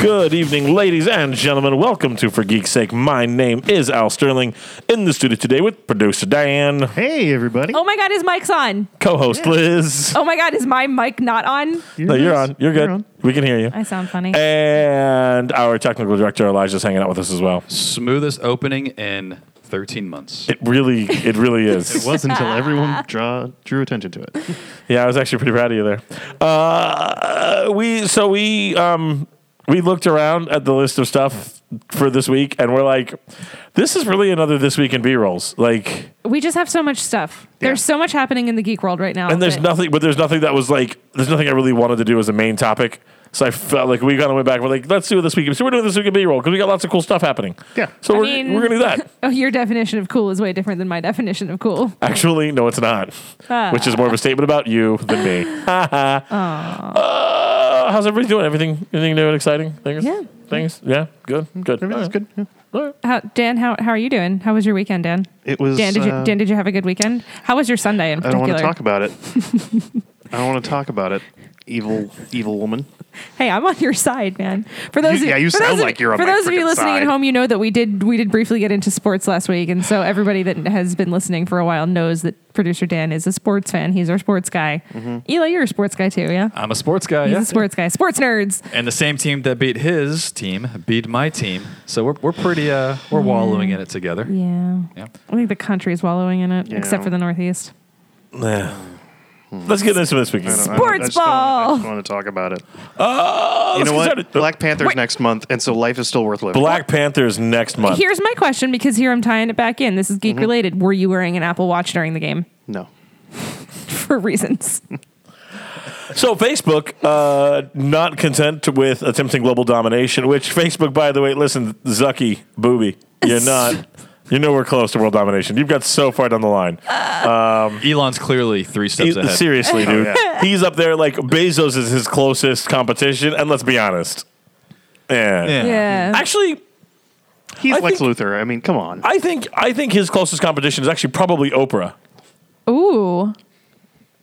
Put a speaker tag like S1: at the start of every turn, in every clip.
S1: Good evening, ladies and gentlemen. Welcome to For Geek's Sake. My name is Al Sterling. In the studio today with producer Diane,
S2: Hey, everybody.
S3: Oh my God, his mic's on.
S1: co-host Liz.
S3: Oh my God, is my mic not on?
S1: No, you're on. You're good.
S2: You're on.
S1: We can hear you.
S3: I sound funny.
S1: Eh. And our technical director Elijah's hanging out with us as well.
S4: smoothest opening in 13 months.
S1: It really, it really is.
S2: It was until everyone draw, drew attention to it.
S1: Yeah, I was actually pretty proud of you there. Uh, we so we um, we looked around at the list of stuff for this week, and we're like, this is really another this week in B rolls. Like,
S3: we just have so much stuff. There's so much happening in the geek world right now.
S1: and there's
S3: that-
S1: nothing, but there's nothing that was like, there's nothing I really wanted to do as a main topic. So I felt like we kind of went back. We're like, let's do this week. So we're doing this week in B roll because we got lots of cool stuff happening.
S2: Yeah.
S1: So
S3: I
S1: we're,
S3: mean-
S1: we're gonna do that.
S3: Oh, your definition of cool is way different than my definition of cool.
S1: Actually, no, it's not.
S3: Ah.
S1: Which is more of a statement about you than me. uh, how's everybody doing? Everything, anything new and exciting? Things?
S3: Yeah.
S1: Things? Yeah. Good. Good.
S2: Everything's good. Yeah.
S3: How, Dan, how, how are you doing? How was your weekend, Dan?
S2: It was.
S3: Dan, did you
S2: uh,
S3: Dan, did you have a good weekend? How was your Sunday in
S2: I don't
S3: particular?
S2: want to talk about it. I don't want to talk about it. Evil, evil woman.
S3: Hey, I'm on your side, man. For those
S2: You-
S3: of,
S2: yeah, you
S3: for
S2: sound
S3: those of-
S2: like you're on
S3: For
S2: my
S3: those of you
S2: frickin'
S3: listening
S2: side.
S3: at home, you know that we did we did briefly get into sports last week, and so everybody that has been listening for a while knows that producer Dan is a sports fan. He's our sports guy.
S2: Mm-hmm.
S3: Eli, you're a sports guy too, yeah.
S4: I'm a sports guy.
S3: He's
S4: yeah.
S3: a sports guy. Sports nerds.
S4: And the same team that beat his team beat my team. So we're, we're pretty, uh, we're
S3: Mm-hmm.
S4: wallowing in it together.
S3: Yeah.
S4: Yeah.
S3: I think the country is wallowing in it,
S2: Yeah.
S3: except for the Northeast.
S1: Yeah. Let's get into some this week.
S2: I don't- I don't-
S3: Sports
S2: I just don't-
S3: ball.
S2: I just want to talk about it.
S1: Oh,
S2: You
S1: let's
S2: know
S1: get
S2: what?
S1: started.
S2: Black Panther's next month, and so life is still worth living.
S1: Black Panthers next month.
S3: Here's my question because here I'm tying it back in. This is geek related. Were you wearing an Apple Watch during the game
S2: no.
S3: for reasons?
S1: So Facebook, uh, not content with attempting global domination, which Facebook, by the way, listen, Zucky, booby, you're not. You're nowhere close to world domination. You've got so far down the line.
S4: Elon's clearly three steps
S1: He-
S4: ahead.
S1: seriously, dude.
S2: Oh,
S1: He's up there like Bezos is his closest competition, and let's be honest. Yeah.
S4: Yeah.
S3: Yeah.
S1: Actually,
S2: He's
S1: I
S2: Lex
S1: think-
S2: Luthor. I mean, come on.
S1: I think I think his closest competition is actually probably Oprah.
S3: Ooh.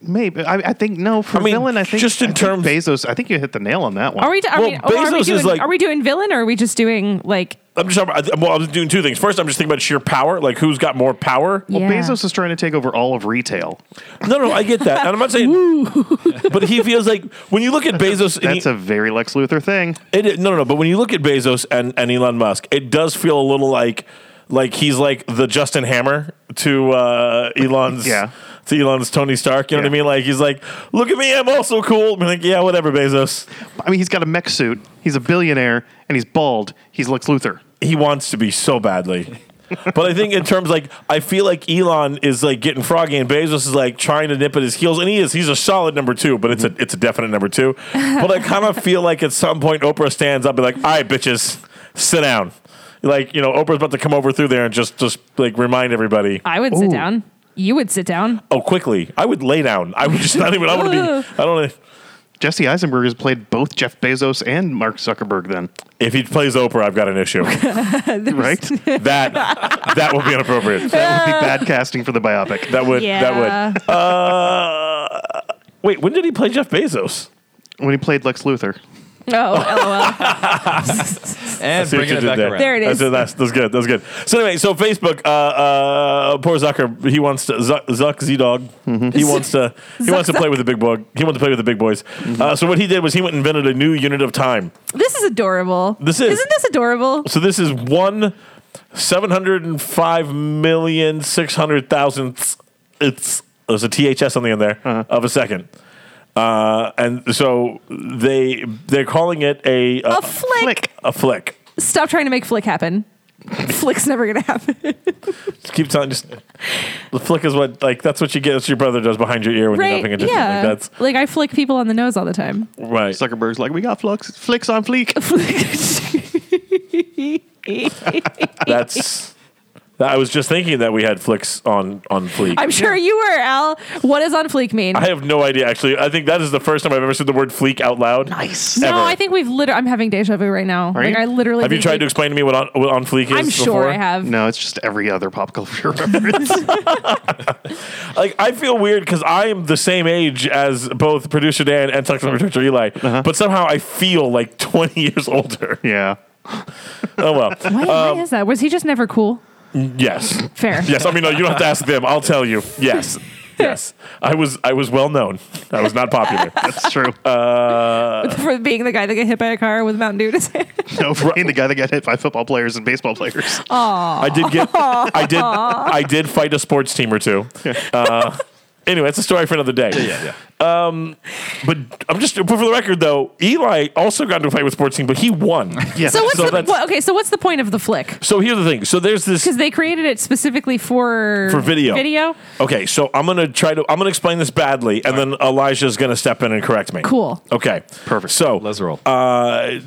S2: Maybe. I, I think, no, for
S1: I mean,
S2: villain, I think.
S1: just in
S2: I think
S1: terms-
S2: Bezos, I think you hit the nail on that one.
S3: Are we, are,
S1: Well,
S3: we, oh, are,
S1: Bezos
S3: we
S1: is
S3: doing,
S1: like-
S3: are we doing villain or are we just doing like.
S1: I'm just talking about, well, I was doing two things. First, I'm just thinking about sheer power, like who's got more power.
S2: well,
S3: Yeah.
S2: Bezos is trying to take over all of retail.
S1: No, no, I get that, and I'm not saying. but he feels like when you look at Bezos, and
S2: That's
S1: he-
S2: a very Lex Luthor thing.
S1: It, no, no, no. But when you look at Bezos and, and Elon Musk, it does feel a little like like he's like the Justin Hammer to uh, Elon's
S2: Yeah.
S1: to Elon's Tony Stark. You know what I
S2: Yeah.
S1: mean? Like he's like, look at me, I'm also cool. I'm like, yeah, whatever, Bezos.
S2: I mean, he's got a mech suit. He's a billionaire, and he's bald. He's Lex Luthor.
S1: He wants to be so badly. but I think in terms like I feel like Elon is like getting froggy and Bezos is like trying to nip at his heels and he is he's a solid number two, but it's a it's a definite number two. But I kind of feel like at some point Oprah stands up and like, all right, bitches, sit down. Like, you know, Oprah's about to come over through there and just just like remind everybody.
S3: I would sit down. You would sit down.
S1: Oh, quickly. I would lay down. I would just not even I wanna be I don't wanna-
S2: Jesse Eisenberg has played both Jeff Bezos and Mark Zuckerberg. Then,
S1: if he plays Oprah, I've got an issue.
S2: right? that would be
S1: that that would be inappropriate.
S2: bad casting for the biopic.
S1: That would
S3: Yeah.
S1: that would. Uh, wait, when did he play Jeff Bezos?
S2: When he played Lex Luthor,
S3: Oh, lol.
S4: And
S1: See what
S4: bringing
S1: you
S4: it
S1: did
S4: back
S1: there.
S4: around.
S3: There it is.
S1: That's, that's, that's good. That's good. So anyway, so Facebook, uh, uh, poor Zucker, he wants to Zuck, Zuck Z Dog.
S3: Mm-hmm.
S1: He wants to he wants to play with the big boy. He wants to play with the big boys. Uh, so what he did was he went and invented a new unit of time.
S3: this is adorable.
S1: This is.
S3: Isn't this adorable?
S1: So this is one seven hundred and five million six hundred thousandths. It's there's a THS on the end there of a second. Uh, and so they they're calling it a a,
S3: A flick.
S2: Flick.
S1: a flick.
S3: Stop trying to make flick happen. Flick's never going to happen.
S1: Just keep telling just the flick is what like that's what you get. That's what your brother does behind your ear when you're not paying attention.
S3: Yeah.
S1: Like that's
S3: like I flick people on the nose all the time.
S1: right.
S2: Zuckerberg's like, "We got flux, flicks on fleek."
S1: That's I was just thinking that we had flicks on on fleek. i
S3: I'm sure you were, Al. What does on fleek mean?
S1: have no idea. Actually, I think that is the first time I've ever said the word fleek out loud.
S2: Nice.
S3: no,
S1: ever.
S3: I think we've literally. I'm having deja vu right now. like
S2: you?
S3: I literally.
S1: Have you
S3: think
S1: tried
S3: we-
S1: to explain to me what on, what on fleek is?
S3: I'm sure
S1: before?
S3: I have.
S2: No, it's just every other pop culture reference.
S1: Like I feel weird because I am the same age as both producer Dan and technical producer Eli,
S4: Uh-huh.
S1: but somehow I feel like 20 years older.
S2: yeah.
S1: Oh well.
S3: Why, why is that? Was he just never cool?
S1: yes.
S3: Fair.
S1: Yes. I mean, no, you don't have to ask them. I'll tell you. Yes. Yes. I was I was well known. I was not popular.
S2: That's true.
S3: For being the guy that got hit by a car with Mountain Dew in his hand.
S2: no, for being the guy that got hit by football players and baseball players.
S1: I did get I did I did fight a sports team or two. Uh, anyway, it's a story for another day.
S4: Yeah, yeah.
S1: But I'm just but for the record though, Eli also got into a fight with sports team, but he won.
S2: Yeah.
S3: So what's
S1: So
S3: the
S1: that's-
S3: what, okay? So what's the point of the flick?
S1: So here's the thing. So there's this
S3: Because they created it specifically for
S1: For video.
S3: Video.
S1: Okay, so I'm gonna try to I'm gonna explain this badly, and then Elijah's gonna step in and correct me.
S3: Cool.
S1: Okay.
S2: Perfect.
S1: So
S4: Let's roll.
S1: Oh. Uh,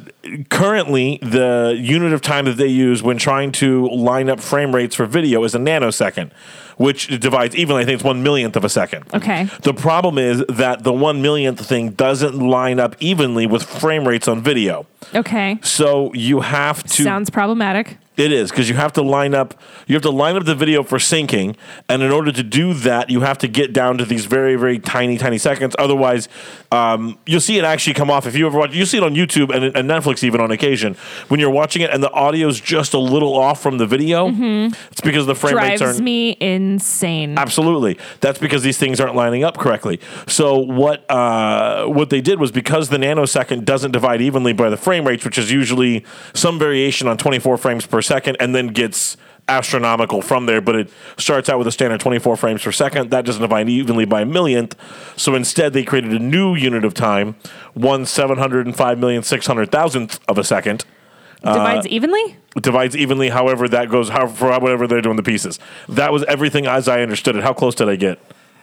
S1: currently, the unit of time that they use when trying to line up frame rates for video is a nanosecond, which divides evenly. I think it's one millionth of a second.
S3: Okay.
S1: The problem is that the one millionth thing doesn't line up evenly with frame rates on video.
S3: Okay.
S1: So you have to
S3: Sounds problematic.
S1: it is because you have to line up. You have to line up the video for syncing, and in order to do that, you have to get down to these very, very tiny, tiny seconds. Otherwise, um, you'll see it actually come off. If you ever watch, you see it on YouTube and, and Netflix even on occasion when you're watching it, and the audio's just a little off from the video. It's because the frame rates
S3: Mm-hmm. Drives
S1: aren't. Uh,
S3: me insane.
S1: Absolutely. That's because these things aren't lining up correctly. So what uh, what they did was because the nanosecond doesn't divide evenly by the frame rates, which is usually some variation on 24 frames per second, and then gets astronomical from there. But it starts out with a standard 24 frames per second. That doesn't divide evenly by a millionth. So instead, they created a new unit of time, one seven hundred and five million six hundred thousandth of a second
S3: Divides evenly.
S1: divides evenly however that goes however for whatever they're doing the pieces that was everything as i understood it how close did i get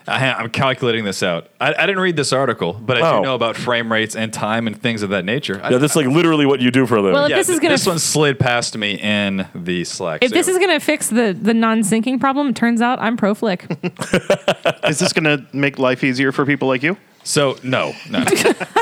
S4: I, am calculating this out. I, I didn't read this article, but I
S1: Oh.
S4: do know about frame rates and time and things of that nature. I,
S1: yeah that's like literally what you do for a living
S3: Well, if
S4: yeah,
S3: this is
S4: th-
S3: gonna
S4: this one slid past me in the Slack.
S3: if this
S4: so-
S3: is gonna fix the the non syncing problem, it turns out I'm pro flick.
S2: Is this going to make life easier for people like you?
S4: So no, no,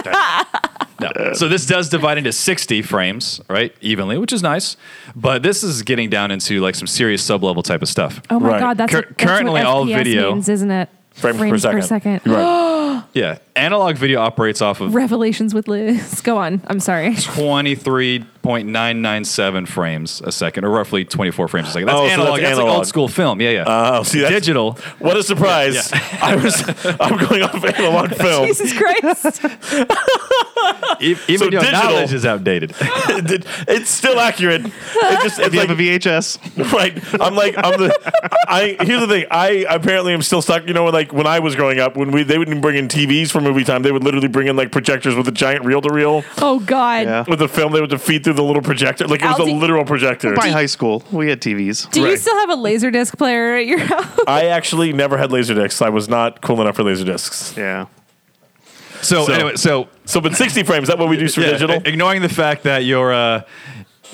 S4: no. So this does divide into sixty frames, right, evenly, which is nice. But this is getting down into like some serious sub-level type of stuff.
S3: Oh my
S1: Right.
S3: god, that's,
S4: Cur-
S3: what, that's
S4: currently
S3: what
S4: all
S3: FPS
S4: video-
S3: means, isn't it?
S1: frames, per second, right
S4: Yeah, analog video operates off of
S3: Revelations with Liz. Go on. I'm sorry.
S4: twenty-three point nine nine seven frames a second, or roughly twenty-four frames a second. That's
S1: Oh, so
S4: analog.
S1: that's
S4: that's like
S1: analog.
S4: old school film. Yeah, yeah.
S1: oh see that's,
S4: Digital.
S1: what a surprise i was i'm going off analog
S4: Oh.
S1: film
S3: Jesus Christ.
S4: E- even your
S1: digital-
S4: knowledge is outdated.
S1: It- it's still accurate it just it's
S2: If you
S1: like
S2: have a VHS,
S1: right i'm like i'm the i here's the thing i apparently am still stuck you know like when i was growing up when we they wouldn't bring in tvs for movie time they would literally bring in like projectors with a giant reel-to-reel
S3: Oh God.
S2: Yeah.
S1: with the film they would feed through the little projector like it was
S3: Aldi-
S1: a literal projector
S2: by high school, we had TVs.
S3: Do you
S1: Right.
S3: still have a Laserdisc player at your house?
S1: I actually never had laser discs. I was not cool enough for laser discs.
S2: Yeah.
S4: So,
S1: So-
S4: anyway, so
S1: So, but 60 frames, that what we do for
S4: yeah, e-,
S1: digital?
S4: i- ignoring the fact that your uh,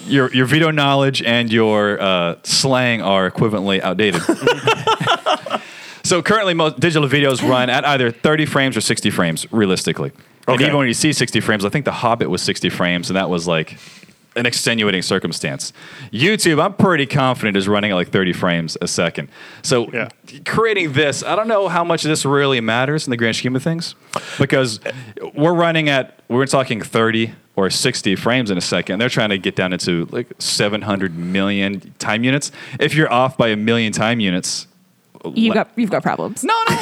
S4: your your veto knowledge and your uh, slang are equivalently outdated. so currently, most digital videos run at either 30 frames or 60 frames, realistically. And
S1: Okay.
S4: even when you see 60 frames, I think The Hobbit was 60 frames, and that was like an extenuating circumstance. YouTube, I'm pretty confident, is running at like 30 frames a second. So
S2: Yeah.
S4: creating this, I don't know how much this really matters in the grand scheme of things, because we're running at we're talking 30 or 60 frames in a second. They're trying to get down into like 700 million time units. If you're off by a million time units,
S3: You've got you've got problems.
S4: no, no.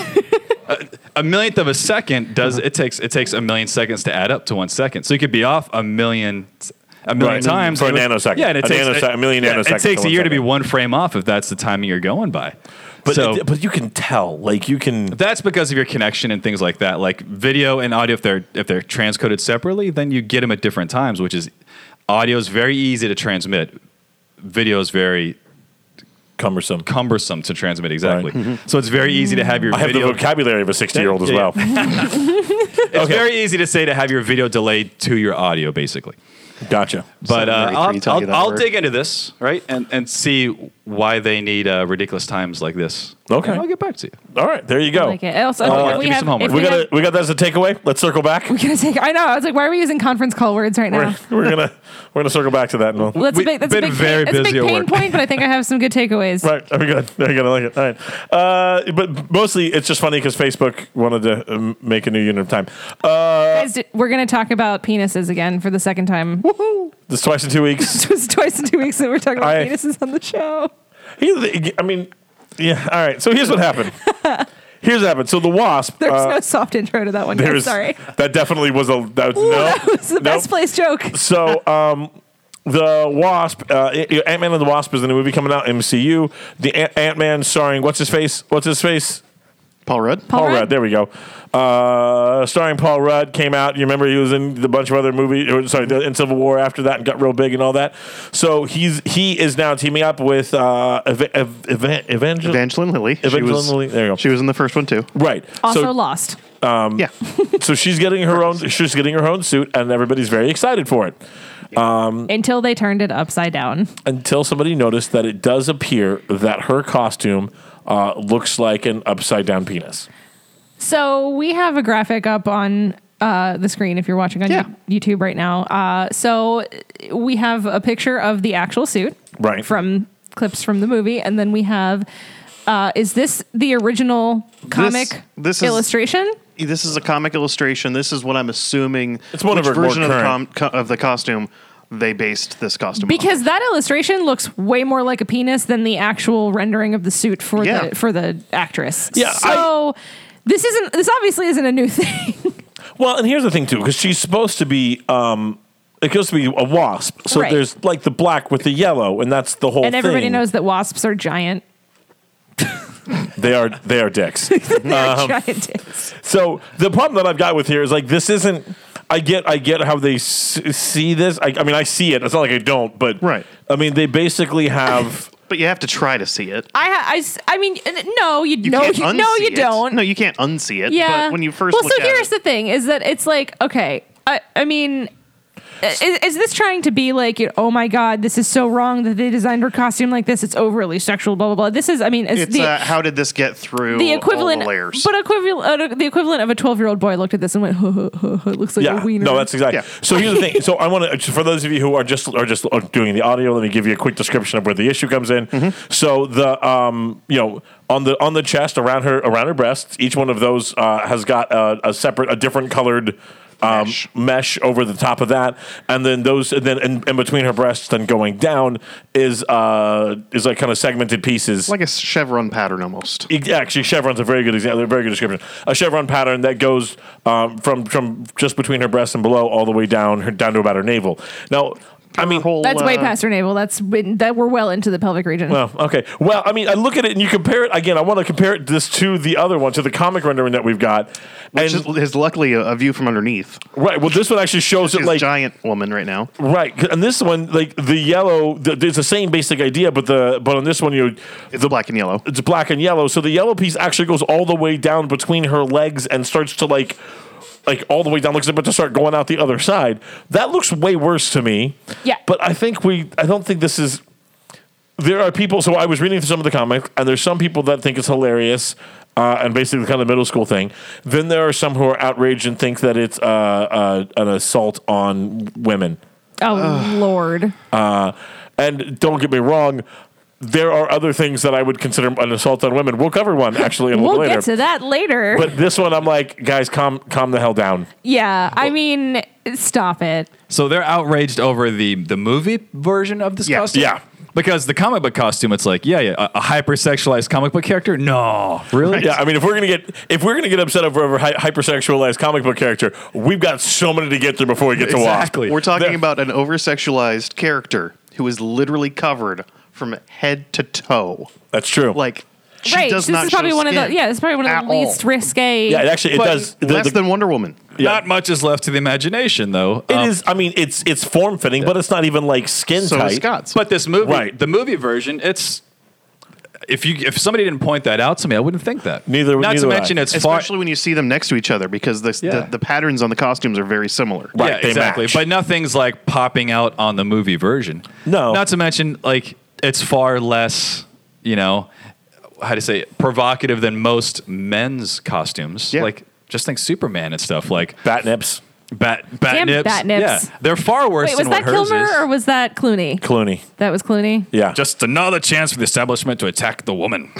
S4: a, a millionth of a second does
S1: Uh-huh.
S4: it takes it takes a million seconds to add up to one second. So you could be off a million a million
S1: Right.
S4: times
S1: For a
S4: It
S1: nanosecond.
S4: Yeah, and it
S1: A
S4: takes
S1: nanosec- a million
S4: yeah,
S1: nanoseconds
S4: It takes
S1: to
S4: a year
S1: one
S4: to be
S1: second.
S4: one frame off if that's the timing you're going by.
S1: but,
S4: so
S1: it- but you can tell. Like, you can.
S4: that's because of your connection and things like that. Like video and audio, if they're if they're transcoded separately, then you get them at different times, which is audio is very easy to transmit. Video is very
S1: Cumbersome.
S4: cumbersome to transmit exactly. So it's very easy to have your
S1: Mm-hmm. I have
S4: video
S1: the vocabulary of a 60 year old as
S4: Yeah,
S1: well.
S4: It's
S1: Okay.
S4: very easy to say to have your video delayed to your audio, basically.
S1: Gotcha.
S4: But uh,
S2: Sorry, can you tell
S4: I'll,
S2: you
S4: I'll,
S2: that
S4: I'll
S2: word?
S4: dig into this, right, and and see why they need uh, ridiculous times like this.
S1: Okay.
S4: And I'll get back to you.
S1: All right, there you go.
S3: I like it. Also,
S4: Homework.
S3: if we
S4: Give me
S3: have,
S4: some homework.
S3: if
S1: We,
S3: we
S1: got
S3: have,
S1: it- we got that as a takeaway. Let's circle back.
S3: we gotta take. I know. I was like, why are we using conference call words right now?
S1: We're, we're gonna we're gonna circle back to that. And we'll,
S3: Well, that's a
S4: We've
S3: big, that's a
S4: been
S3: big, pain,
S4: very
S3: that's a
S4: busy
S3: big
S4: at
S3: pain
S4: work.
S3: point, but I think I have some good takeaways.
S1: right, very good. Very good. I like it. All right, uh, but mostly it's just funny because Facebook wanted to um, make a new unit of time. Uh,
S3: Guys, d- we're going to talk about penises again for the second time.
S1: this is twice in two weeks.
S3: It was twice in two weeks that we're talking about
S1: I-
S3: penises on the show.
S1: He- I mean, yeah. All right. So here's what happened. Here's what happened. So the wasp.
S3: There was
S1: uh,
S3: no soft intro to that one.
S1: there
S3: guys,
S1: is-
S3: sorry.
S1: That definitely was a that, no.
S3: Ooh, that was the
S1: Nope.
S3: best place joke.
S1: So, um, the Wasp, uh, Ant Man and the Wasp is the new movie coming out MCU. The Ant Man starring what's his face? What's his face?
S2: Paul Rudd.
S3: Paul Rudd.
S1: There we go. Uh, starring Paul Rudd came out. You remember he was in a bunch of other movies. Or, sorry, the- in Civil War after that and got real big and all that. So he's he is now teaming up with uh, ev- ev- ev- Evangel-
S2: Evangeline Lilly.
S1: Evangeline
S2: she was,
S1: Lilly. There you go.
S2: She was in the first one too.
S1: Right.
S3: Also
S1: so
S3: lost.
S1: Um,
S2: yeah.
S1: so she's getting her own she's getting her own suit and everybody's very excited for it.
S3: Until they turned it upside down.
S1: until somebody noticed that it does appear that her costume uh, looks like an upside down penis.
S3: So we have a graphic up on uh, the screen if you're watching on
S2: Yeah.
S3: Yo- YouTube right now. Uh, so we have a picture of the actual suit,
S1: Right.
S3: From clips from the movie, and then we have. Uh, is this the original comic
S2: this is-
S3: illustration?
S2: This is a comic illustration. This is what I'm assuming.
S1: It's one of
S2: which
S1: her more
S2: version of the, com-
S1: current-
S2: co- of the costume they based this costume on.
S3: Because that illustration looks way more like a penis than the actual rendering of the suit for
S2: Yeah.
S3: the for the actress.
S1: Yeah, I-
S3: So this isn't this obviously isn't a new thing.
S1: Well, and here's the thing too, because she's supposed to be. Um, it's supposed to be a wasp, so
S3: Right.
S1: there's like the black with the yellow, and that's the whole.
S3: and everybody
S1: thing.
S3: knows that wasps are giant.
S1: they are they are dicks.
S3: They're
S2: Um,
S3: giant dicks.
S1: So the problem that I've got with here is like this isn't. I get I get how they s- see this. I, I mean, I see it. It's not like I don't, but
S2: Right.
S1: I mean, they basically have.
S2: but you have to try to see it.
S3: I, ha- I, s- I mean, n- no, you,
S2: You
S3: no,
S2: can't
S3: you, no,
S2: unsee
S3: you
S2: it.
S3: don't.
S2: No, you can't unsee it.
S3: yeah.
S2: But when you first
S3: well,
S2: look
S3: so
S2: at
S3: here's
S2: it,
S3: the thing: is that it's like, okay, I, I mean, i- is, is this trying to be like, you know, oh my god, this is so wrong that they designed her costume like this? It's overly sexual, blah blah blah. This is, I mean, it's,
S2: it's
S3: the
S2: uh, how did this get through
S3: the
S2: all
S3: equivalent,
S2: the layers?
S3: but equivalent, uh, the equivalent of a twelve-year-old boy looked at this and went, "Huh, huh, huh, huh, it looks like
S1: Yeah,
S3: a wiener."
S1: no, that's exactly.
S2: Yeah.
S1: So here's the thing. So I want to, for those of you who are just are just doing the audio, let me give you a quick description of where the issue comes in.
S2: Mm-hmm.
S1: So the um, you know, on the on the chest around her around her breasts, each one of those uh, has got a, a separate, a different colored. Um, mesh.
S2: Mesh.
S1: over the top of that, and then those, and then in, in between her breasts, then going down is uh is like kind of segmented pieces,
S2: like a chevron pattern almost.
S1: Ex- Actually, chevron's a very good example, a very good description. A chevron pattern that goes um, from from just between her breasts and below, all the way down her, down to about her navel. Now, I mean,
S2: Whole,
S3: That's way
S2: uh,
S3: past her navel. That's been, that we're well into the pelvic region.
S1: well, okay. Well, I mean, I look at it and you compare it again. I want to compare it this to the other one, to the comic rendering that we've got.
S2: Which
S1: and
S2: is, is luckily a, a view from underneath.
S1: right, well, this one actually shows it
S2: She's
S1: like
S2: giant woman right now.
S1: right, and this one like the yellow. th it's the same basic idea, but the but on this one you
S2: It's black and yellow.
S1: it's black and yellow. So the yellow piece actually goes all the way down between her legs and starts to like like all the way down looks about to start going out the other side. That looks way worse to me.
S3: Yeah.
S1: But I think we I don't think this is there are people so I was reading through some of the comics and there's some people that think it's hilarious. Uh, and basically, kind of middle school thing. Then there are some who are outraged and think that it's uh, uh, an assault on women.
S3: oh lord.
S1: Uh, and don't get me wrong, there are other things that I would consider an assault on women. We'll cover one actually a little
S3: We'll
S1: later.
S3: get to that later.
S1: but this one, I'm like, guys, calm, calm the hell down.
S3: yeah, I mean, stop it.
S4: So they're outraged over the the movie version of this
S2: Yeah.
S4: costume.
S1: Yeah.
S4: Because the comic book costume, it's like, yeah, yeah, a, a hypersexualized comic book character? No, really?
S1: Yeah, I mean, if we're gonna get if we're gonna get upset over a hy- hypersexualized comic book character, we've got so many to get through before we get
S4: Exactly.
S1: to Wasp.
S2: We're talking
S1: There-
S2: about an over sexualized character who is literally covered from head to toe.
S1: That's true.
S2: Like, she
S3: right.
S2: does
S3: this
S2: not
S3: is probably
S2: show
S3: one of the
S2: skin
S3: yeah. It's probably one of
S2: at
S3: the least
S2: all.
S3: risque.
S1: yeah, it actually, it
S4: But
S1: does. the-
S2: Less
S1: the-
S2: than Wonder Woman.
S4: Not much is left to the imagination, though.
S1: it
S4: Um,
S1: is- I mean, it's it's form fitting, but it's not even like skin
S2: So
S1: tight.
S2: is Scott's.
S4: But this movie,
S1: Right.
S4: the movie version, it's if you if somebody didn't point that out to me, I wouldn't think that.
S1: Neither-
S4: Not
S1: neither
S4: to
S1: would I.
S4: mention it's far.
S2: especially when you see them next to each other because the,
S4: Yeah.
S2: the, the patterns on the costumes are very similar.
S1: Right,
S4: yeah,
S1: they
S4: exactly.
S1: match.
S4: But nothing's like popping out on the movie version.
S1: No.
S4: Not to mention like it's far less, you know, how to say, it, provocative than most men's costumes.
S2: Yeah.
S4: Like, just think Superman and stuff. Like
S1: Bat nips.
S4: bat, bat
S3: Damn
S4: nips.
S3: bat nips.
S4: Yeah, they're far worse
S3: Wait, was
S4: than
S3: that
S4: what hers
S3: Kilmer
S4: is.
S3: or was that Clooney?
S1: Clooney.
S3: That was Clooney.
S1: Yeah.
S4: just another chance for the establishment to attack the woman.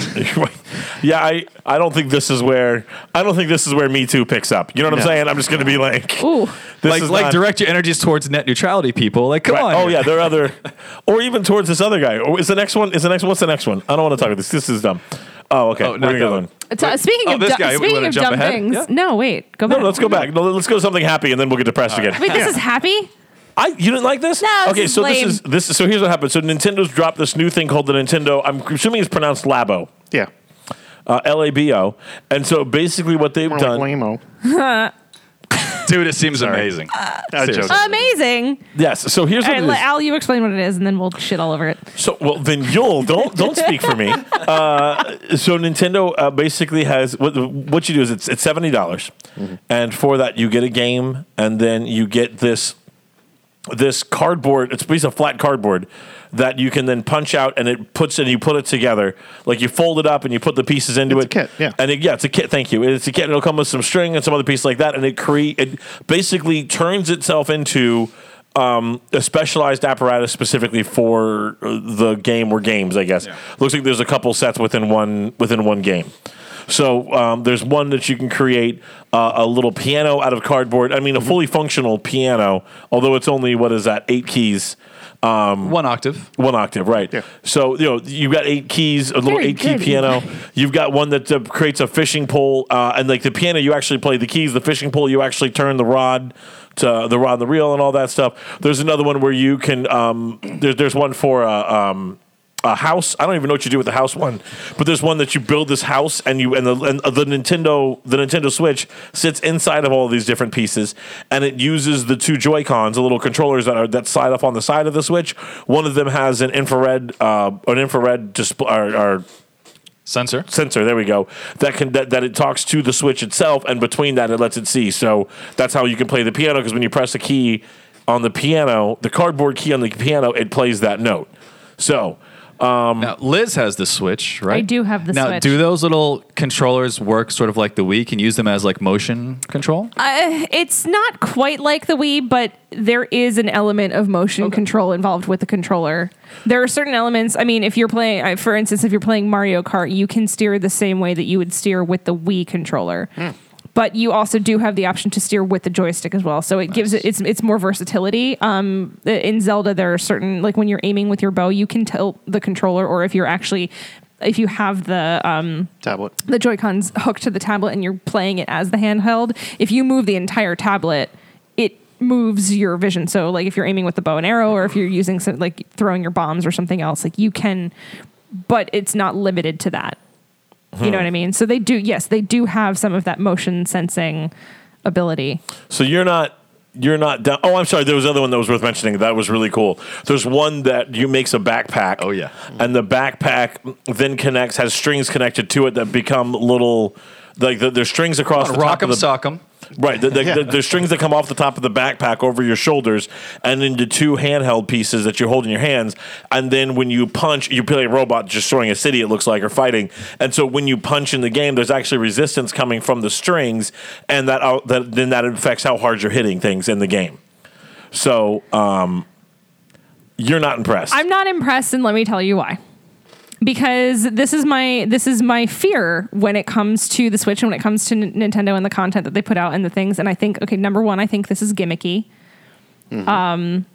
S1: yeah, I, I don't think this is where I don't think this is where Me Too picks up. You know what I'm
S4: No.
S1: saying? I'm just gonna be like
S3: Ooh.
S1: this
S4: like,
S1: is
S4: like
S1: not-
S4: direct your energies towards net neutrality, people. Like, come
S1: Right.
S4: on.
S1: Oh yeah, there are other, or even towards this other guy. Or is the next one? Is the next? What's the next one? I don't want to talk about this. This is dumb. Oh okay,
S4: Oh,
S1: we're
S4: not
S1: gonna
S4: that
S1: go
S4: one.
S1: on.
S3: T- speaking
S4: oh,
S3: of
S4: this
S3: du-
S4: guy, we
S3: speaking
S4: wanna
S3: of
S4: jump
S3: dumb
S4: ahead?
S3: things.
S4: Yeah.
S3: No, wait, go
S1: No,
S3: back.
S1: no, let's go back. No, let's go to something happy, and then we'll get depressed again.
S3: Wait, this is happy.
S1: I, you didn't like this?
S3: No, this
S1: Okay,
S3: is
S1: so
S3: lame.
S1: this is this. is- So here's what happened. So Nintendo's dropped this new thing called the Nintendo. I'm assuming it's pronounced Labo,
S2: Yeah.
S1: uh, L A B O. And so basically, what they've
S2: More
S1: done.
S2: like lame
S4: dude, it seems amazing.
S3: Uh,
S4: Seriously.
S3: Um, Amazing.
S1: Yes. So here's
S3: All
S1: what
S3: right,
S1: it is.
S3: let Al, you explain what it is, and then we'll shit all over it.
S1: So well, then you'll don't don't speak for me. Uh, so Nintendo uh, basically has what what you do is it's it's seventy dollars,
S2: Mm-hmm.
S1: and for that you get a game, and then you get this this cardboard. It's a piece of flat cardboard that you can then punch out, and it puts and you put it together. Like you fold it up and you put the pieces into
S2: It's
S1: it.
S2: a kit, yeah.
S1: And it, yeah, it's a kit. Thank you. It's a kit. and It'll come with some string and some other piece like that, and it create it basically turns itself into um, a specialized apparatus specifically for uh, the game or games. I guess
S4: Yeah.
S1: looks like there's a couple sets within one within one game. So um, there's one that you can create uh, a little piano out of cardboard. I mean, a fully functional piano, although it's only what is that eight keys.
S4: One octave.
S1: One octave, right?
S2: Yeah.
S1: So you know you've got eight keys, a little
S3: Very
S1: eight key
S3: good.
S1: piano. You've got one that uh, creates a fishing pole, uh, and like the piano, you actually play the keys. The fishing pole, you actually turn the rod to the rod, and the reel, and all that stuff. There's another one where you can. Um, there's there's one for a. Um, a house. I don't even know what you do with the house one, but there's one that you build this house and you and the and the Nintendo the Nintendo Switch sits inside of all these different pieces and it uses the two Joy Cons, the little controllers that are that slide up on the side of the Switch. One of them has an infrared uh, an infrared display or, or
S4: Sensor.
S1: sensor. There we go. That can that, that it talks to the switch itself, and between that it lets it see. So that's how you can play the piano because when you press a key on the piano, the cardboard key on the piano, it plays that note. So
S4: Now, Liz has the Switch, right?
S3: I do have the
S4: now,
S3: Switch.
S4: do those little controllers work sort of like the Wii? Can you use them as like motion control?
S3: Uh, it's not quite like the Wii, but there is an element of motion control involved with the controller. There are certain elements. I mean, if you're playing, uh, for instance, if you're playing Mario Kart, you can steer the same way that you would steer with the Wii controller. But you also do have the option to steer with the joystick as well, so it gives it it's it's more versatility. Um, in Zelda, there are certain like when you're aiming with your bow, you can tilt the controller, or if you're actually if you have the
S2: Tablet.
S3: the Joy Cons hooked to the tablet and you're playing it as the handheld, if you move the entire tablet, it moves your vision. So, like if you're aiming with the bow and arrow, or if you're using some, like throwing your bombs or something else, like you can, but it's not limited to that. You know what I mean? So they do, yes, they do have some of that motion sensing ability.
S1: So you're not you're not down. Oh, I'm sorry. There was another one that was worth mentioning. That was really cool. There's one that you makes a backpack.
S4: Oh, yeah.
S1: and the backpack then connects has strings connected to it that become little like the, there's strings across the top
S4: Rock 'em,
S1: of the
S4: sock 'em.
S1: Right. The, the, the, there's strings that come off the top of the backpack over your shoulders and into two handheld pieces that you hold in your hands. And then when you punch, you play a robot destroying a city, it looks like, or fighting. And so when you punch in the game, there's actually resistance coming from the strings. And that, out that then that affects how hard you're hitting things in the game. So um, you're not impressed.
S3: I'm not impressed, and let me tell you why. Because this is my this is my fear when it comes to the Switch and when it comes to N- Nintendo and the content that they put out and the things. And I think okay, number one, I think this is gimmicky, um,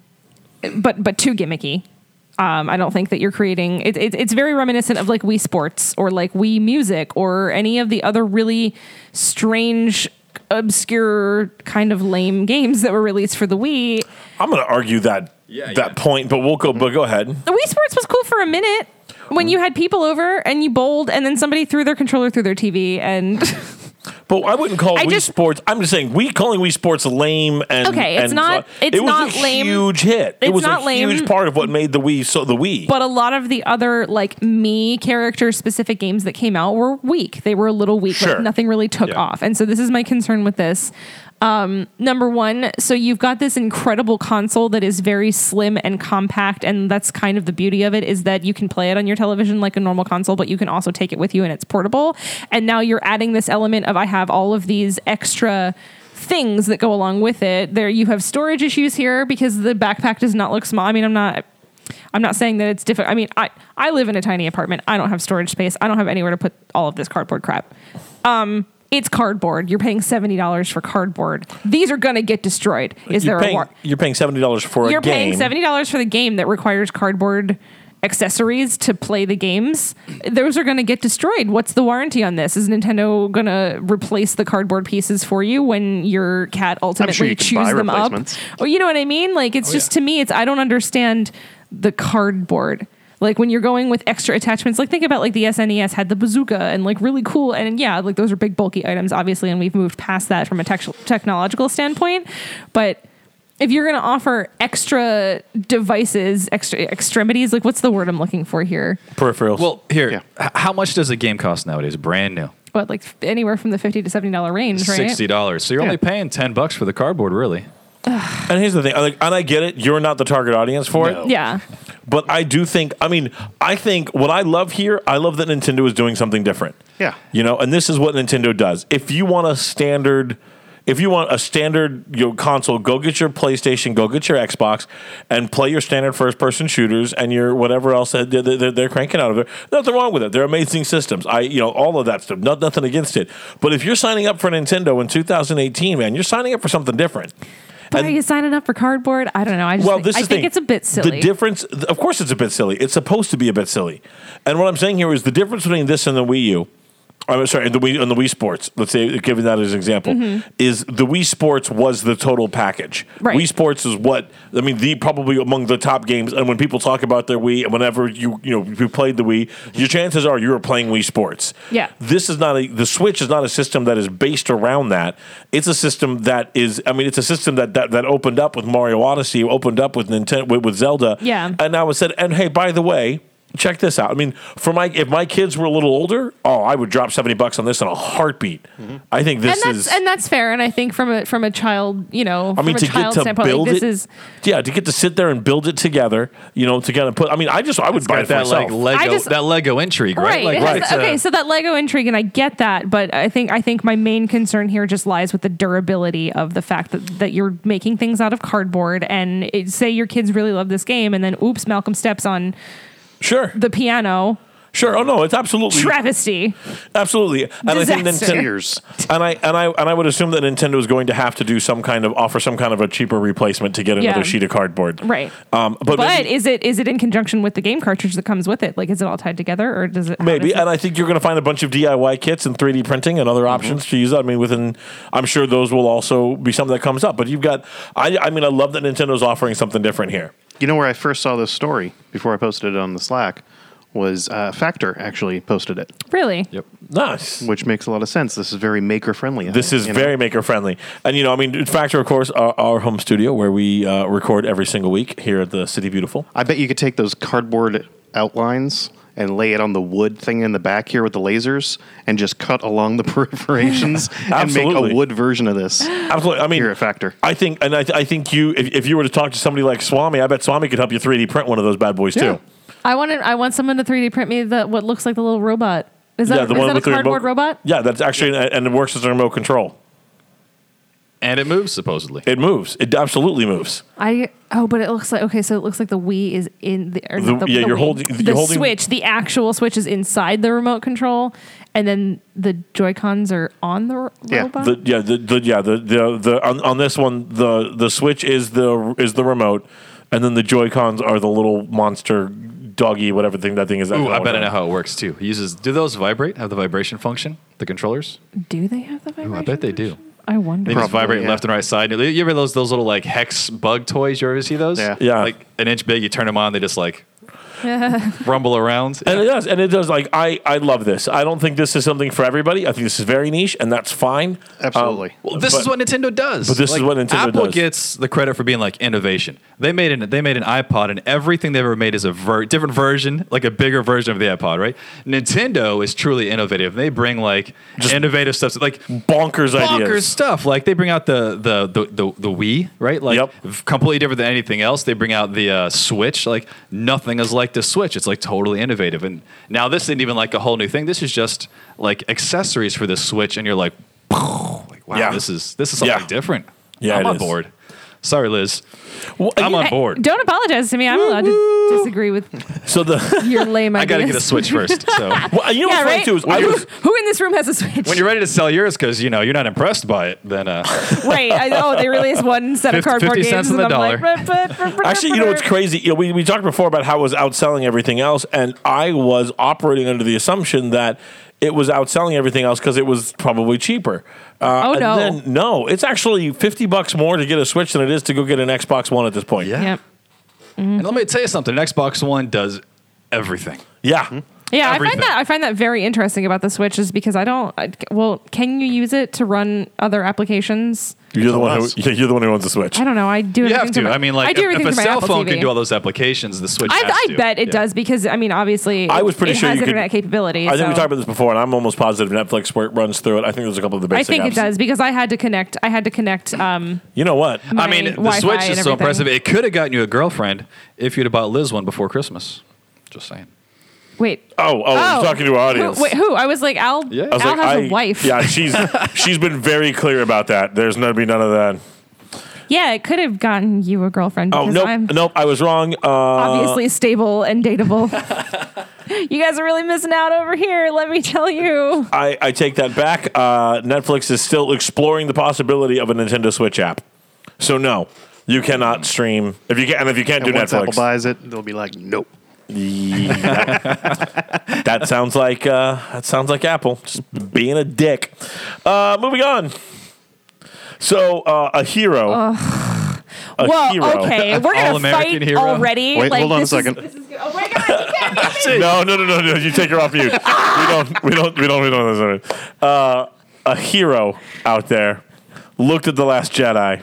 S3: but but too gimmicky. Um, I don't think that you're creating. It, it, it's very reminiscent of like Wii Sports or like Wii Music or any of the other really strange, obscure, kind of lame games that were released for the Wii.
S1: I'm going to argue that
S4: Yeah,
S1: that
S4: yeah.
S1: point, but we'll go. But go ahead.
S3: the Wii Sports was cool for a minute when you had people over and you bowled and then somebody threw their controller through their TV and
S1: But I wouldn't call
S3: I
S1: Wii
S3: just-
S1: Sports. I'm just saying we calling Wii Sports lame and
S3: Okay, it's
S1: and
S3: not-
S1: fla-
S3: it's
S1: it was
S3: not
S1: a
S3: lame.
S1: Huge hit. it
S3: It's
S1: was
S3: not
S1: a
S3: lame.
S1: huge part of what made the Wii so the Wii.
S3: but a lot of the other like me character specific games that came out were weak. They were a little weak.
S1: Sure.
S3: Like nothing really took
S4: Yeah.
S3: off. And so this is my concern with this. number one, so you've got this incredible console that is very slim and compact, and that's kind of the beauty of it is that you can play it on your television like a normal console, but you can also take it with you and it's portable. And now you're adding this element of I have all of these extra things that go along with it. There you have storage issues here because the backpack does not look small. I mean, I'm not I'm not saying that it's different. I mean, I I live in a tiny apartment. I don't have storage space. I don't have anywhere to put all of this cardboard crap Um, it's cardboard. You're paying seventy dollars for cardboard. These are gonna get destroyed. Is
S1: you're,
S3: there
S1: paying,
S3: a war?
S1: you're paying seventy dollars for
S3: You're
S1: a game.
S3: paying seventy dollars for the game that requires cardboard accessories to play the games. Those are gonna get destroyed. What's the warranty on this? Is Nintendo gonna replace the cardboard pieces for you when your cat ultimately
S2: you can
S3: chews
S2: buy
S3: them up?
S2: replacements.
S3: Or you know what I mean? Like
S1: Oh,
S3: it's just to me, it's I don't understand the cardboard. Like when you're going with extra attachments, like think about like the SNES had the bazooka and like really cool and yeah, like those are big bulky items obviously, and we've moved past that from a tech- technological standpoint. But if you're gonna offer extra devices, extra extremities, like what's the word I'm looking for here?
S1: Peripherals.
S4: Well, here,
S2: Yeah.
S4: h- how much does a game cost nowadays? Brand new,
S3: What like f- anywhere from the fifty to seventy dollar range, right?
S4: sixty dollars. So you're
S2: Yeah.
S4: only paying ten bucks for the cardboard, really.
S1: and here's the thing, I like, and I get it. You're not the target audience for it.
S3: Yeah,
S1: But I do think, I mean, I think what I love here, I love that Nintendo is doing something different.
S2: Yeah.
S1: You know, and this is what Nintendo does. If you want a standard, if you want a standard you know, console, go get your PlayStation, go get your Xbox, and play your standard first person shooters and your whatever else that they're, they're, they're cranking out of there. Nothing wrong with it. They're amazing systems. I, you know, all of that stuff. Not, nothing against it. But if you're signing up for Nintendo in 2018, man, you're signing up for something different.
S3: but
S1: And-
S3: are you signing up for cardboard? I don't know. I just
S1: well,
S3: think,
S1: this
S3: I
S1: is the
S3: think
S1: thing.
S3: it's a bit
S1: The
S3: silly.
S1: difference, th- of course, it's a bit silly. It's supposed to be a bit silly. And what I'm saying here is the difference between this and the Wii U. I'm sorry, and the Wii and the Wii Sports. Let's say, giving that as an example, is the Wii Sports was the total package.
S3: Mm-hmm. Right.
S1: Wii Sports is what I mean. The probably among the top games. And when people talk about their Wii, and whenever you you know you played the Wii, your chances are you were playing Wii Sports.
S3: Yeah.
S1: This is not a the Switch is not a system that is based around that. It's a system that is I mean it's a system that that, that opened up with Mario Odyssey, opened up with Nintendo with, with Zelda.
S3: Yeah.
S1: And now it said, and hey, by the way, check this out. I mean, for my if my kids were a little older, oh, I would drop 70 bucks on this in a heartbeat. I think
S3: and
S1: this
S3: that's
S1: is
S3: and that's fair. And I think from a from a child, you know,
S1: I mean,
S3: from
S1: to
S3: a
S1: get
S3: child
S1: to
S3: standpoint,
S1: build
S3: like, this
S1: it,
S3: is
S1: yeah, to get to sit there and build it together, you know, to kind of put. I mean, I just I would buy it for
S4: Got that like
S1: myself.
S4: Lego,
S3: I just-
S4: that Lego intrigue,
S3: right.
S4: right? Like,
S3: it has-
S4: it's uh, a-
S3: okay, so that Lego intrigue, and I get that, but I think I think my main concern here just lies with the durability of the fact that, that you're making things out of cardboard, and it, say your kids really love this game, and then oops, Malcolm steps on
S1: sure,
S3: the piano.
S1: sure. Oh no, it's absolutely
S3: Travesty.
S1: Absolutely, and I
S3: Disaster.
S1: think
S2: Tears.
S1: Nintendo, and I and I and I would assume that Nintendo is going to have to do some kind of offer some kind of a cheaper replacement to get another
S3: Yeah.
S1: sheet of cardboard,
S3: Right.
S1: Um, but,
S3: But
S1: maybe,
S3: is it is it in conjunction with the game cartridge that comes with it? Like, is it all tied together, or does it? how
S1: maybe,
S3: does it-
S1: and I think you're going to find a bunch of DIY kits and 3D printing and other options to use. I mean, within, I'm sure those will also be something that comes up. But you've got, I, I mean, I love that Nintendo's offering something different here.
S2: You know where I first saw this story before I posted it on the Slack was uh, Factor actually posted it,
S3: really?
S4: yep.
S1: Nice.
S2: which makes a lot of sense. This is very maker friendly.
S1: This is very maker friendly, and you know, I mean, Factor, of course, our, our home studio where we uh, record every single week here at the City Beautiful.
S2: I bet you could take those cardboard outlines and lay it on the wood thing in the back here with the lasers and just cut along the perforations and make
S1: Absolutely.
S2: a wood version of this.
S1: Absolutely. I mean,
S2: You're a factor.
S1: I think, and I, th- I think you, if, if you were to talk to somebody like Swami, I bet Swami could help you 3D print one of those bad boys
S2: Yeah.
S1: too.
S3: I want to, I want someone to 3D print me the what looks like the little robot. Is that, is that a cardboard robot?
S1: Yeah, that's actually, and it works as a remote control.
S4: And it moves supposedly.
S1: It moves. It absolutely moves.
S3: I oh, but it looks like okay. So it looks like the Wii is in the, or
S1: The-
S3: the-
S1: yeah,
S3: the
S1: you're
S3: Wii.
S1: holding-
S3: the
S1: you're holding-
S3: Switch. The actual Switch is inside the remote control, and then the Joy Cons are on the ro-
S2: Yeah,
S3: robot.
S1: The, yeah, the, the yeah the the, the on, on this one the the switch is the is the remote, and then the Joy Cons are the little monster doggy whatever thing that thing is.
S4: Ooh, I bet I
S1: don't
S4: know how it works too. It uses. Do those vibrate? Have the vibration function? The controllers?
S3: do they have the vibration?
S4: I bet they do.
S3: function? I wonder.
S4: They just
S2: Probably,
S4: vibrate
S2: yeah.
S4: left and right side. You ever those those little like hex bug toys? You ever see those?
S2: Yeah.
S1: Yeah.
S4: Like an inch big. You turn them on. They just like rumble around.
S1: And it does, and it does. Like I, I love this. I don't think this is something for everybody. I think this is very niche, and that's fine. Um,
S2: Absolutely.
S4: Well, this
S1: but-
S4: is what Nintendo does. But
S1: this is what Nintendo
S4: Apple
S1: does.
S4: gets the credit for being like innovation. They made an they made an iPod, and everything they've ever made is a ver- different version, like a bigger version of the iPod. Right? Nintendo is truly innovative. They bring like innovative stuff, like
S1: Bonkers,
S4: bonkers
S1: ideas.
S4: stuff. Like they bring out the the the the, the Wii, right? Like
S1: Yep.
S4: v- completely different than anything else. They bring out the uh, Switch. Like nothing is like the Switch. It's like totally innovative. And now this isn't even like a whole new thing. This is just like accessories for the Switch. And you're like, like wow,
S1: Yeah.
S4: this is this is something
S1: Yeah.
S4: different.
S1: Yeah,
S4: I'm
S1: it
S4: on
S1: is.
S4: board. Sorry, Liz.
S1: Well,
S4: I'm
S1: you-
S4: on board.
S3: Don't apologize to me. I'm allowed to disagree with
S1: So the
S3: your lame ideas.
S4: I got to get a Switch first. So
S1: well, you know
S3: Yeah,
S1: what's funny
S3: right?
S1: too is I
S3: who,
S1: was
S3: who in this room has a switch?
S4: when you're ready to sell yours, because you know you're not impressed by it, then uh,
S3: right. I oh, know they released one set of
S4: Fifty-
S3: cardboard
S4: 50
S3: games,
S4: cents
S3: and
S4: on
S3: I'm
S4: the
S3: like,
S4: dollar.
S3: "Bruh, bruh, bruh, bruh,
S1: Actually, you know what's
S3: bruh."
S1: crazy? You know, we, we talked before about how it was outselling everything else, and I was operating under the assumption that it was outselling everything else because it was probably cheaper. Uh,
S3: Oh,
S1: and
S3: no.
S1: Then, no, it's actually fifty bucks more to get a Switch than it is to go get an Xbox One at this point.
S4: yeah.
S3: Yep.
S4: And let me tell you something. An Xbox One does everything.
S1: yeah.
S3: Yeah, I
S4: Everything.
S3: find that I find that very interesting about the Switch is because I don't. I, well, can you use it to run other applications?
S1: You're the one who
S2: us.
S1: yeah, you're the one who owns the Switch.
S3: I don't know. I do.
S4: You
S3: everything
S4: have
S3: through
S4: to.
S3: my-
S4: I mean, like,
S3: I do
S4: if,
S3: everything
S4: if a
S3: through my
S4: cell
S3: Apple
S4: phone
S3: TV.
S4: can do all those applications, the Switch has
S3: I, I
S4: to.
S3: bet it
S4: Yeah.
S3: does because I mean, obviously,
S1: I was pretty
S3: it
S1: sure
S3: has
S1: you could-
S3: internet capability.
S1: I think we
S3: so-
S1: talked about this before, and I'm almost positive Netflix wor- runs through it. I think there's a couple of the
S3: I
S1: basic.
S3: think it
S1: apps.
S3: does because I had to connect. I had to connect. Um,
S1: You know what?
S4: I
S3: my
S4: mean, the
S3: Wi-Fi
S4: Switch
S3: and
S4: is
S3: everything.
S4: so impressive. It could have gotten you a girlfriend if you'd have bought Liz one before Christmas. Just saying.
S3: Wait.
S1: Oh, oh, I'm talking to our audience.
S3: Who, wait, who? I was like, Al.
S4: Yeah. I
S1: I was
S3: Al
S1: like,
S3: has a
S1: I-
S3: wife.
S1: Yeah, she's she's been very clear about that. There's gonna be none of that.
S3: Yeah, it could have gotten you a girlfriend.
S1: Oh
S3: because
S1: nope,
S3: I'm
S1: nope. I was wrong. Uh,
S3: obviously stable and dateable. you guys are really missing out over here. Let me tell you.
S1: I, I take that back. Uh, Netflix is still exploring the possibility of a Nintendo Switch app. So no, you cannot stream if you can, and if you can't
S2: and
S1: do
S2: once Apple
S1: Netflix,
S2: buys it, they'll be like, nope.
S1: that sounds like uh, that sounds like Apple just being a dick. Uh, moving on. So uh, a hero. A
S3: Well,
S1: hero.
S3: okay, we're gonna
S4: All-American
S3: fight
S4: hero.
S3: already.
S2: Wait,
S3: like,
S2: hold on a
S3: this is-
S2: second.
S3: this is good. oh my god, you can't do this.
S1: No, no, no, no, no. You take her off mute. we don't. We don't. We don't. We don't. We don't. Uh, a hero out there looked at the Last Jedi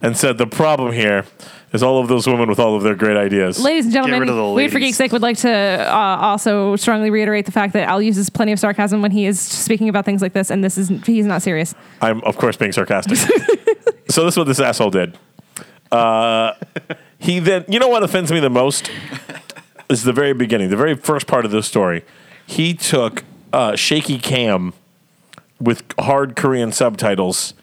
S1: and said, "The problem here is all of those women with all of their great ideas."
S3: Ladies and
S2: rid of the
S3: gentlemen, Weird for
S2: ladies.
S3: Geek's sake would like to uh, also strongly reiterate the fact that Al uses plenty of sarcasm when he is speaking about things like this, and this is he's not serious.
S1: I'm of course being sarcastic. so this is what this asshole did. Uh, he then, you know what offends me the most is the very beginning, the very first part of this story. He took uh, shaky cam with hard Korean subtitles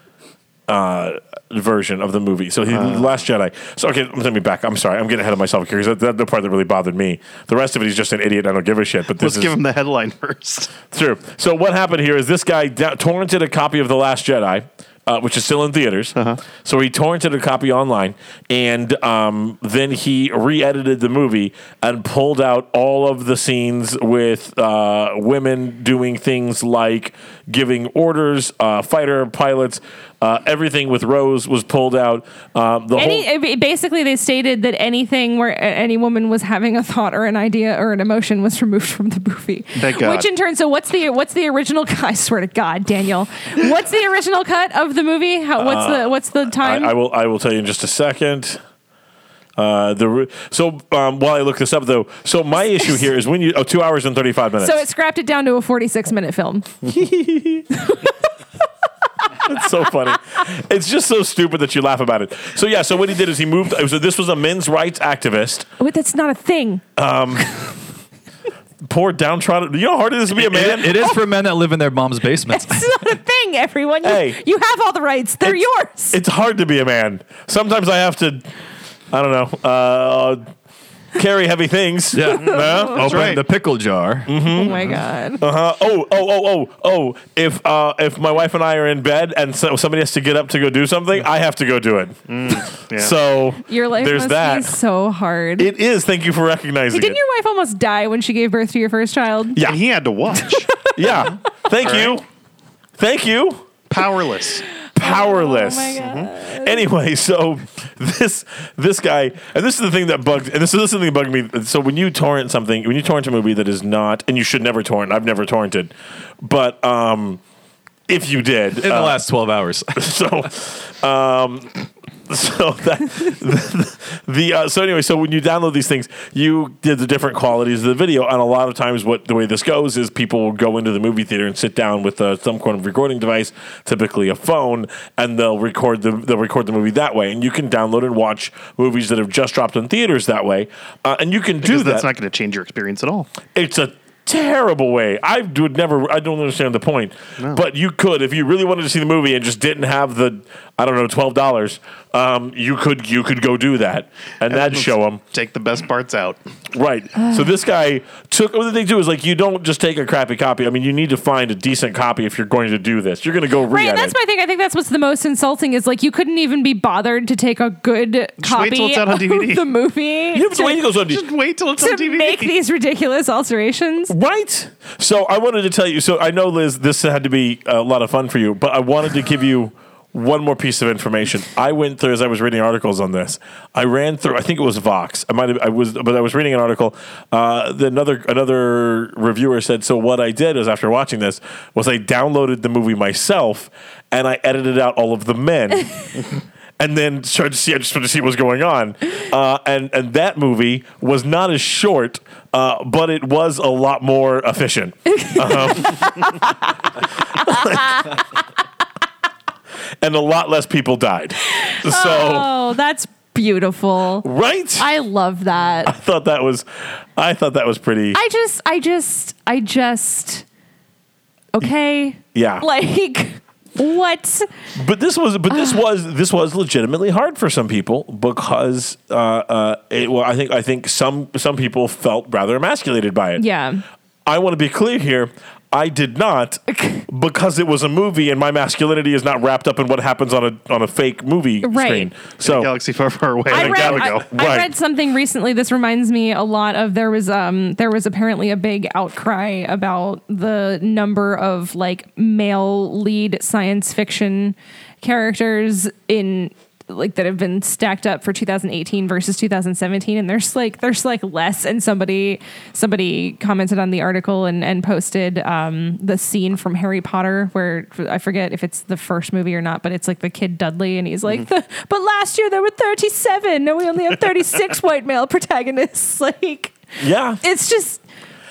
S1: uh, version of the movie. So he
S2: Uh.
S1: Last Jedi. So okay, let me back. I'm sorry, I'm getting ahead of myself here because that's the part that really bothered me. The rest of it, he's just an idiot. and I don't give a shit. But this
S2: Let's
S1: is
S2: give him the headline first.
S1: True. So what happened here is this guy da- torrented a copy of The Last Jedi, uh, which is still in theaters. So he torrented a copy online, and um, then he re-edited the movie and pulled out all of the scenes with uh, women doing things like giving orders, uh, fighter pilots. Uh, everything with Rose was pulled out. Um, the
S3: Any
S1: whole.
S3: it- it- basically, they stated that anything where a- any woman was having a thought or an idea or an emotion was removed from the movie.
S2: Thank God.
S3: Which in turn, so what's the what's the original? cut? I swear to God, Daniel, what's the original cut of the movie? How, what's the what's the time?
S1: Uh, I, I will. I will tell you in just a second. Uh, the re- so um, while I look this up though, so my issue here is when you oh two hours and thirty five minutes.
S3: so it scrapped it down to a forty-six minute film.
S1: It's so funny. It's just so stupid that you laugh about it. So yeah, so what he did is he moved. So this was a men's rights activist.
S3: Wait, that's not a thing.
S1: Poor downtrodden. You know how hard it is to be a man. oh.
S4: It- it is for men that live in their mom's basement.
S3: It's not a thing, everyone. You,
S1: Hey.
S3: you have all the rights. They're yours.
S1: it's hard to be a man. Sometimes I have to. I don't know. Uh, carry heavy things.
S4: Yeah.
S1: No?
S4: Open
S2: right.
S4: the pickle
S1: Mm-hmm.
S4: jar.
S3: oh my god.
S1: Uh, oh, oh, oh, oh, oh! If uh, if my wife and I are in bed and so somebody has to get up to go do something, I have to go do it.
S2: Yeah.
S1: So
S3: Your life
S1: there's
S3: must
S1: that.
S3: be so hard.
S1: It is. Thank you for recognizing
S3: Didn't
S1: it.
S3: your wife almost die when she gave birth to your first child?
S2: and he had to watch.
S1: yeah. Thank you. Thank you.
S2: Powerless.
S1: powerless. Mm-hmm.
S3: Oh my God.
S1: Anyway, so this this guy, and this is the thing that bugged, and this is, this is the thing that bugged me. So when you torrent something, when you torrent a movie that is not, and you should never torrent. I've never torrented, but um, if you did,
S4: in the
S1: uh,
S4: last 12 hours.
S1: so um so that the, uh, so anyway so when you download these things you did the different qualities of the video and a lot of times what the way this goes is people will go into the movie theater and sit down with uh, some kind of recording device typically a phone and they'll record the they'll record the movie that way and you can download and watch movies that have just dropped in theaters that way uh, and you can do
S2: Because
S1: that
S2: that's not going to change your experience at all.
S1: it's a terrible way. I would never. I don't understand the point. But you could, if you really wanted to see the movie and just didn't have the, I don't know, twelve dollars. Um, you could you could go do that, and that'd show them
S2: Take the best parts out.
S1: right. so this guy took. What they do is like you don't just take a crappy copy. I mean, you need to find a decent copy if you're going to do this. You're going to go
S3: Right,
S1: read
S3: and
S1: it.
S3: that's my thing. I think that's what's the most insulting is like you couldn't even be bothered to take a good copy
S2: till it's out on
S3: of
S2: DVD.
S3: the movie
S1: you have to wait till it goes on.
S2: Just wait till it's on
S3: to, to
S2: TV.
S3: make these ridiculous alterations.
S1: Right. So I wanted to tell you. So I know, Liz, this had to be a lot of fun for you, but I wanted to give you one more piece of information. I went through as I was reading articles on this. I ran through. I think it was Vox. I might have. I was, but I was reading an article. Uh, the- another another reviewer said. So what I did is after watching this was I downloaded the movie myself and I edited out all of the men. and then tried to see. I just wanted to see what was going on. Uh, and and that movie was not as short, uh, but it was a lot more efficient. Um, and a lot less people died. So
S3: Oh, that's beautiful.
S1: right, I
S3: I love that.
S1: thought that was, I thought that was pretty.
S3: I just, I just, I just. Okay.
S1: Yeah.
S3: Like what?
S1: But this was, but this was, this was legitimately hard for some people because, uh, uh, it, well, I think, I think some some people felt rather emasculated by it.
S3: Yeah.
S1: I want to be clear here. I did not because it was a movie, and my masculinity is not wrapped up in what happens on a on a fake movie screen.
S3: Right.
S1: So
S2: Galaxy far, far away.
S3: I
S2: Like,
S3: read,
S2: there we
S3: I,
S2: go.
S3: I
S1: Right.
S3: read something recently. This reminds me a lot of there was um there was apparently a big outcry about the number of like male lead science fiction characters in like that have been stacked up for 2018 versus 2017 and there's like there's like less and somebody somebody commented on the article and and posted um the scene from Harry Potter where I forget if it's the first movie or not but it's like the kid Dudley and he's like "The-
S1: Mm-hmm.
S3: but last year there were 37 and we only have 36 white male protagonists like
S1: yeah,
S3: it's just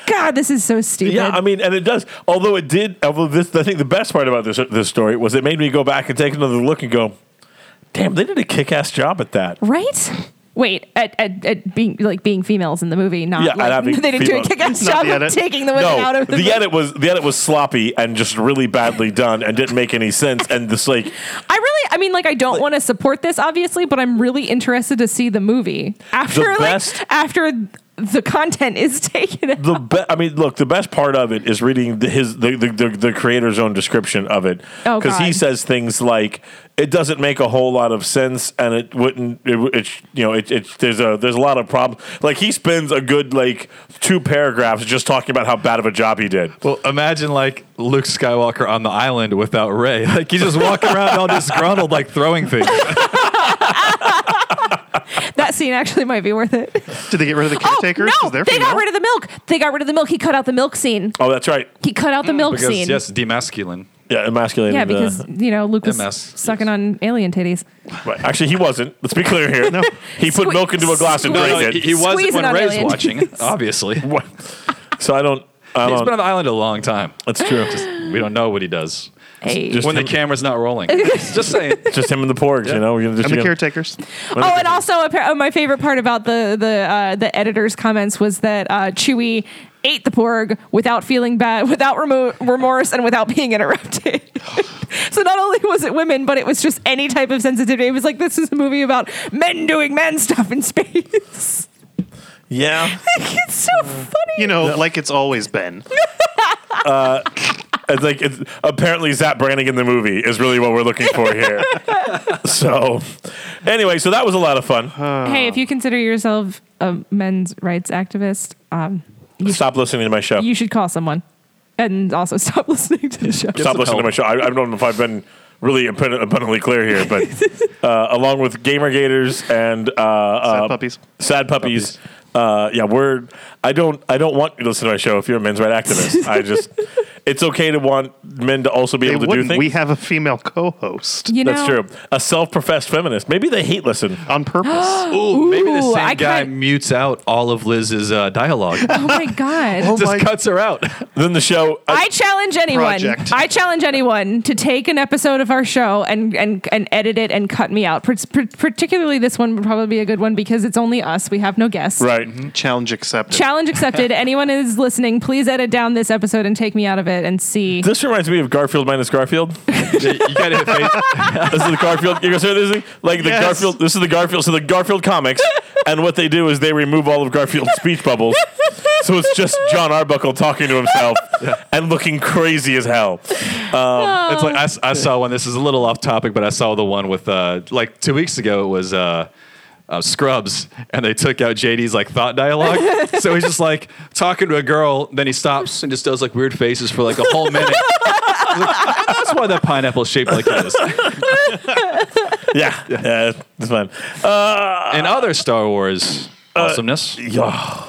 S3: god this is so stupid
S1: yeah. I mean, and it does. Although it did. Although this, I think the best part about this this story was it made me go back and take another look and go, "Damn, they did a kick ass job at that."
S3: right Wait, at, at, at being like being females in the movie, not
S1: Yeah, and having
S3: like they didn't do a
S1: females-
S3: kick-ass
S2: Not
S3: job
S2: the
S3: of
S2: edit.
S3: taking the women
S1: No,
S3: out of the,
S1: the, edit was the edit was sloppy and just really badly done and didn't make any sense. And this like
S3: I really, I mean, like, I don't want to support this, obviously, but I'm really interested to see the movie after,
S1: best-
S3: like, after the content is taken. out.
S1: the be- I mean, look, the best part of it is reading the, his the, the, the, the creator's own description of it
S3: Oh,
S1: because he
S3: God.
S1: says things like it doesn't make a whole lot of sense and it wouldn't it, w- it sh- you know it, it there's a there's a lot of problem like he spends a good like two paragraphs just talking about how bad of a job he did.
S4: well, imagine like Luke Skywalker on the island without Ray. Like he's just walking around all disgruntled, like throwing things.
S3: That scene actually might be worth it.
S2: Did they get rid of the caretakers?
S3: oh no, they got rid of the milk. They got rid of the milk. He cut out the milk scene.
S1: Oh, that's right.
S3: He cut out the milk
S4: Because
S3: scene.
S4: yes, demasculine.
S1: Yeah, emasculated.
S3: yeah,
S1: the-
S3: because you know Luke was
S4: MS,
S3: sucking on alien titties.
S1: right. actually he wasn't. Let's be clear here. no, he put
S3: Sque-
S1: milk into a glass and
S3: No,
S1: drank
S3: no,
S1: it.
S4: he, he wasn't
S3: Squeeze it
S4: when
S3: on
S4: Ray's
S3: alien.
S4: watching, obviously. He's
S1: What? so I don't. I
S4: been
S1: don't.
S4: on the island a long time.
S1: that's true.
S4: We don't know what he does.
S3: Hey.
S1: Just-
S4: when the camera's not rolling. just saying.
S1: just him and the porgs. You know, You're just
S2: And the
S1: gonna-
S2: caretakers.
S3: oh, and also appa- oh, my favorite part about the the uh, the editor's comments was that uh, Chewie ate the porg without feeling bad, without remo- remorse, and without being interrupted. so not only was it women, but it was just any type of sensitivity. It was like this is a movie about men doing man stuff in space.
S1: yeah.
S3: it's so funny.
S2: You know, like it's always been.
S1: It's like it's, apparently Zap Branning in the movie is really what we're looking for here. so, anyway, so that was a lot of fun.
S3: hey,
S1: uh,
S3: if you consider yourself a men's rights activist, um,
S1: Stop listening to my show.
S3: you should call someone, and also stop listening to the show.
S1: Stop
S4: some
S1: listening to
S4: help.
S1: my show. I, I don't know if I've been really abund- abundantly clear here, but uh, along with Gamer Gators and uh, uh,
S2: Puppies.
S1: Sad Puppies. Uh, yeah, we're. I don't. I don't want you to listen to my show if you're a men's rights activist. I just. It's okay to want men to also be
S2: They
S1: able to do
S2: wouldn't.
S1: things.
S2: We have a female co-host
S3: You know,
S1: That's true. A self-professed feminist. Maybe they hate listen.
S2: on purpose.
S4: Ooh, maybe the
S3: Ooh,
S4: same
S3: I
S4: guy
S3: can't-
S4: mutes out all of Liz's uh, dialogue.
S3: Oh my god.
S2: Oh
S4: Just
S2: my-
S4: cuts her out.
S1: Then the show. uh,
S3: I challenge anyone.
S2: Project.
S3: I challenge anyone to take an episode of our show and and, and edit it and cut me out. Par- par- particularly this one would probably be a good one because it's only us. We have no guests.
S1: right.
S2: Challenge accepted.
S3: Challenge accepted. anyone is listening, please edit down this episode and take me out of it and see.
S1: This reminds me of Garfield minus Garfield.
S4: you gotta hit face.
S1: this is the Garfield. You guys heard this thing? Like the
S2: Yes.
S1: Garfield. This is the Garfield. So the Garfield comics, and what they do is they remove all of Garfield's speech bubbles. So it's just John Arbuckle talking to himself and looking crazy as hell.
S4: It's like I s- I, saw one. This is a little off topic, but I saw the one with uh, like two weeks ago. It was uh, uh, Scrubs, and they took out JD's like thought dialogue. so he's just like talking to a girl, then he stops and just does like weird faces for like a whole minute. I was like, That's why that pineapple is shaped like it is.
S1: Yeah, yeah, it's fun. Uh,
S4: And other Star Wars awesomeness.
S1: yeah.